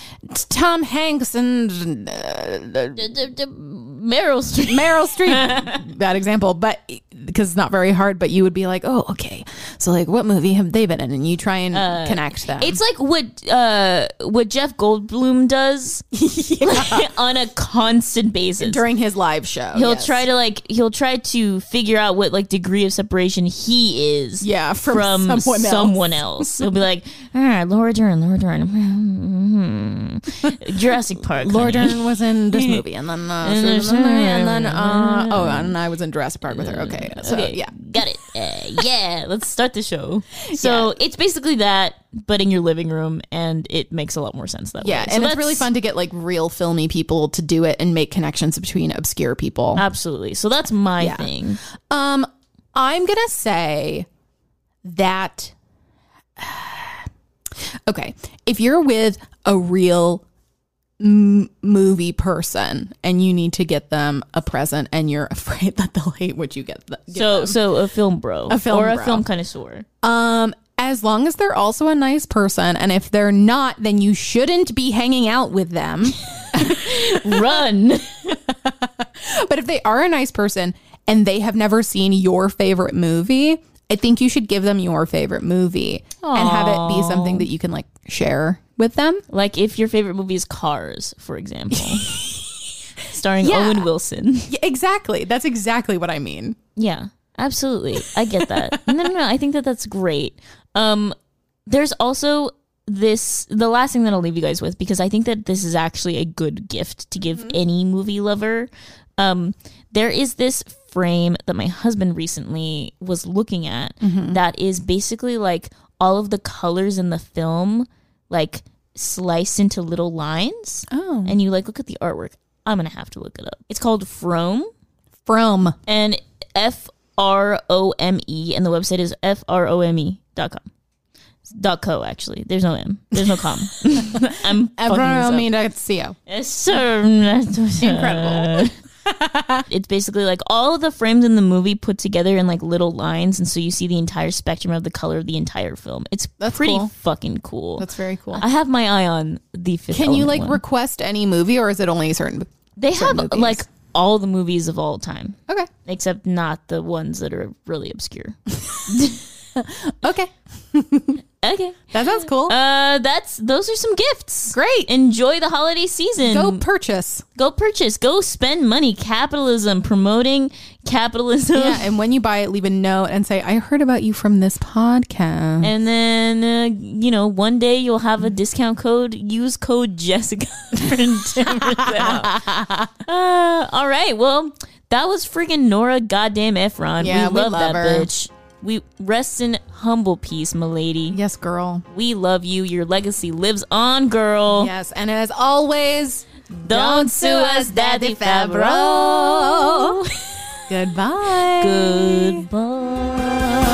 S1: Tom Hanks and uh,
S2: Meryl Streep.
S1: Meryl Streep. Bad example, but because it's not very hard. But you would be like, oh, okay. So like, what movie have they been in? And you try and
S2: Uh,
S1: connect them.
S2: It's like what uh, what Jeff Goldblum does on a constant basis.
S1: during his live show.
S2: he'll
S1: yes.
S2: try to like he'll try to figure out what like degree of separation he is.
S1: Yeah, from
S2: from
S1: someone
S2: someone
S1: else.
S2: else. He'll be like, ah, Laura Dern, Laura Dern, Mhm. Jurassic Park,
S1: Laura
S2: honey.
S1: Dern was in this movie, and then uh, she was in that movie, Mm-hmm. and then uh, oh, and I was in Jurassic Park with her. Okay, so
S2: Okay,
S1: yeah,
S2: got it. Uh, yeah, let's start the show. So it's basically that, but in your living room, and it makes a lot more sense that
S1: yeah,
S2: way. So
S1: and it's
S2: that's-
S1: really fun to get like real filmy people to do it and make connections between obscure people.
S2: Absolutely. So that's my thing.
S1: Um, I'm gonna say that. Okay, if you're with a real m- movie person and you need to get them a present, and you're afraid that they'll hate what you get, th- get
S2: So so a film bro, a
S1: film
S2: or a
S1: bro.
S2: film connoisseur.
S1: Um, as long as they're also a nice person, and if they're not, then you shouldn't be hanging out with them.
S2: Run.
S1: but if they are a nice person and they have never seen your favorite movie, I think you should give them your favorite movie and have it be something that you can like share with them.
S2: like if your favorite movie is Cars, for example. Starring
S1: Yeah.
S2: Owen Wilson.
S1: Yeah, exactly. That's exactly what I mean.
S2: Yeah, absolutely. I get that. no, no, no. I think that that's great. Um, there's also this the last thing that I'll leave you guys with because I think that this is actually a good gift to give any movie lover. Um, there is this frame that my husband recently was looking at that is basically like all of the colors in the film, like sliced into little lines.
S1: Oh.
S2: And you like look at the artwork. I'm gonna have to look it up. It's called Frome
S1: From
S2: and F R O M E, and the website is F R O M E dot com. Dot co actually. There's no M. There's no com. I'm fucking this up.
S1: Abrahamina.co.
S2: Yes, sir. Incredible. it's basically like all of the frames in the movie put together in like little lines, and so you see the entire spectrum of the color of the entire film. It's
S1: That's
S2: pretty
S1: cool.
S2: fucking cool.
S1: That's very cool.
S2: I have my eye on the. Fifth
S1: Can you
S2: Element
S1: like
S2: one.
S1: request any movie or is it only certain?
S2: They have
S1: movies?
S2: like all the movies of all time,
S1: Okay.
S2: except not the ones that are really obscure.
S1: Okay.
S2: Okay.
S1: That sounds cool.
S2: Uh, that's those are some gifts.
S1: Great.
S2: Enjoy the holiday season.
S1: Go purchase.
S2: Go purchase. Go spend money. Capitalism promoting capitalism.
S1: Yeah, and when you buy it, leave a note and say, I heard about you from this podcast.
S2: And then uh, you know, one day you'll have a discount code. Use code Jessica. for 10% off. uh, all right. Well, that was freaking Nora goddamn Ephron.
S1: Yeah, we
S2: we love,
S1: love
S2: that
S1: her.
S2: bitch. We rest in humble peace, milady.
S1: Yes, girl.
S2: We love you. Your legacy lives on, girl.
S1: Yes, and as always,
S2: Don't sue us, Daddy Fabro.
S1: goodbye.
S2: Goodbye.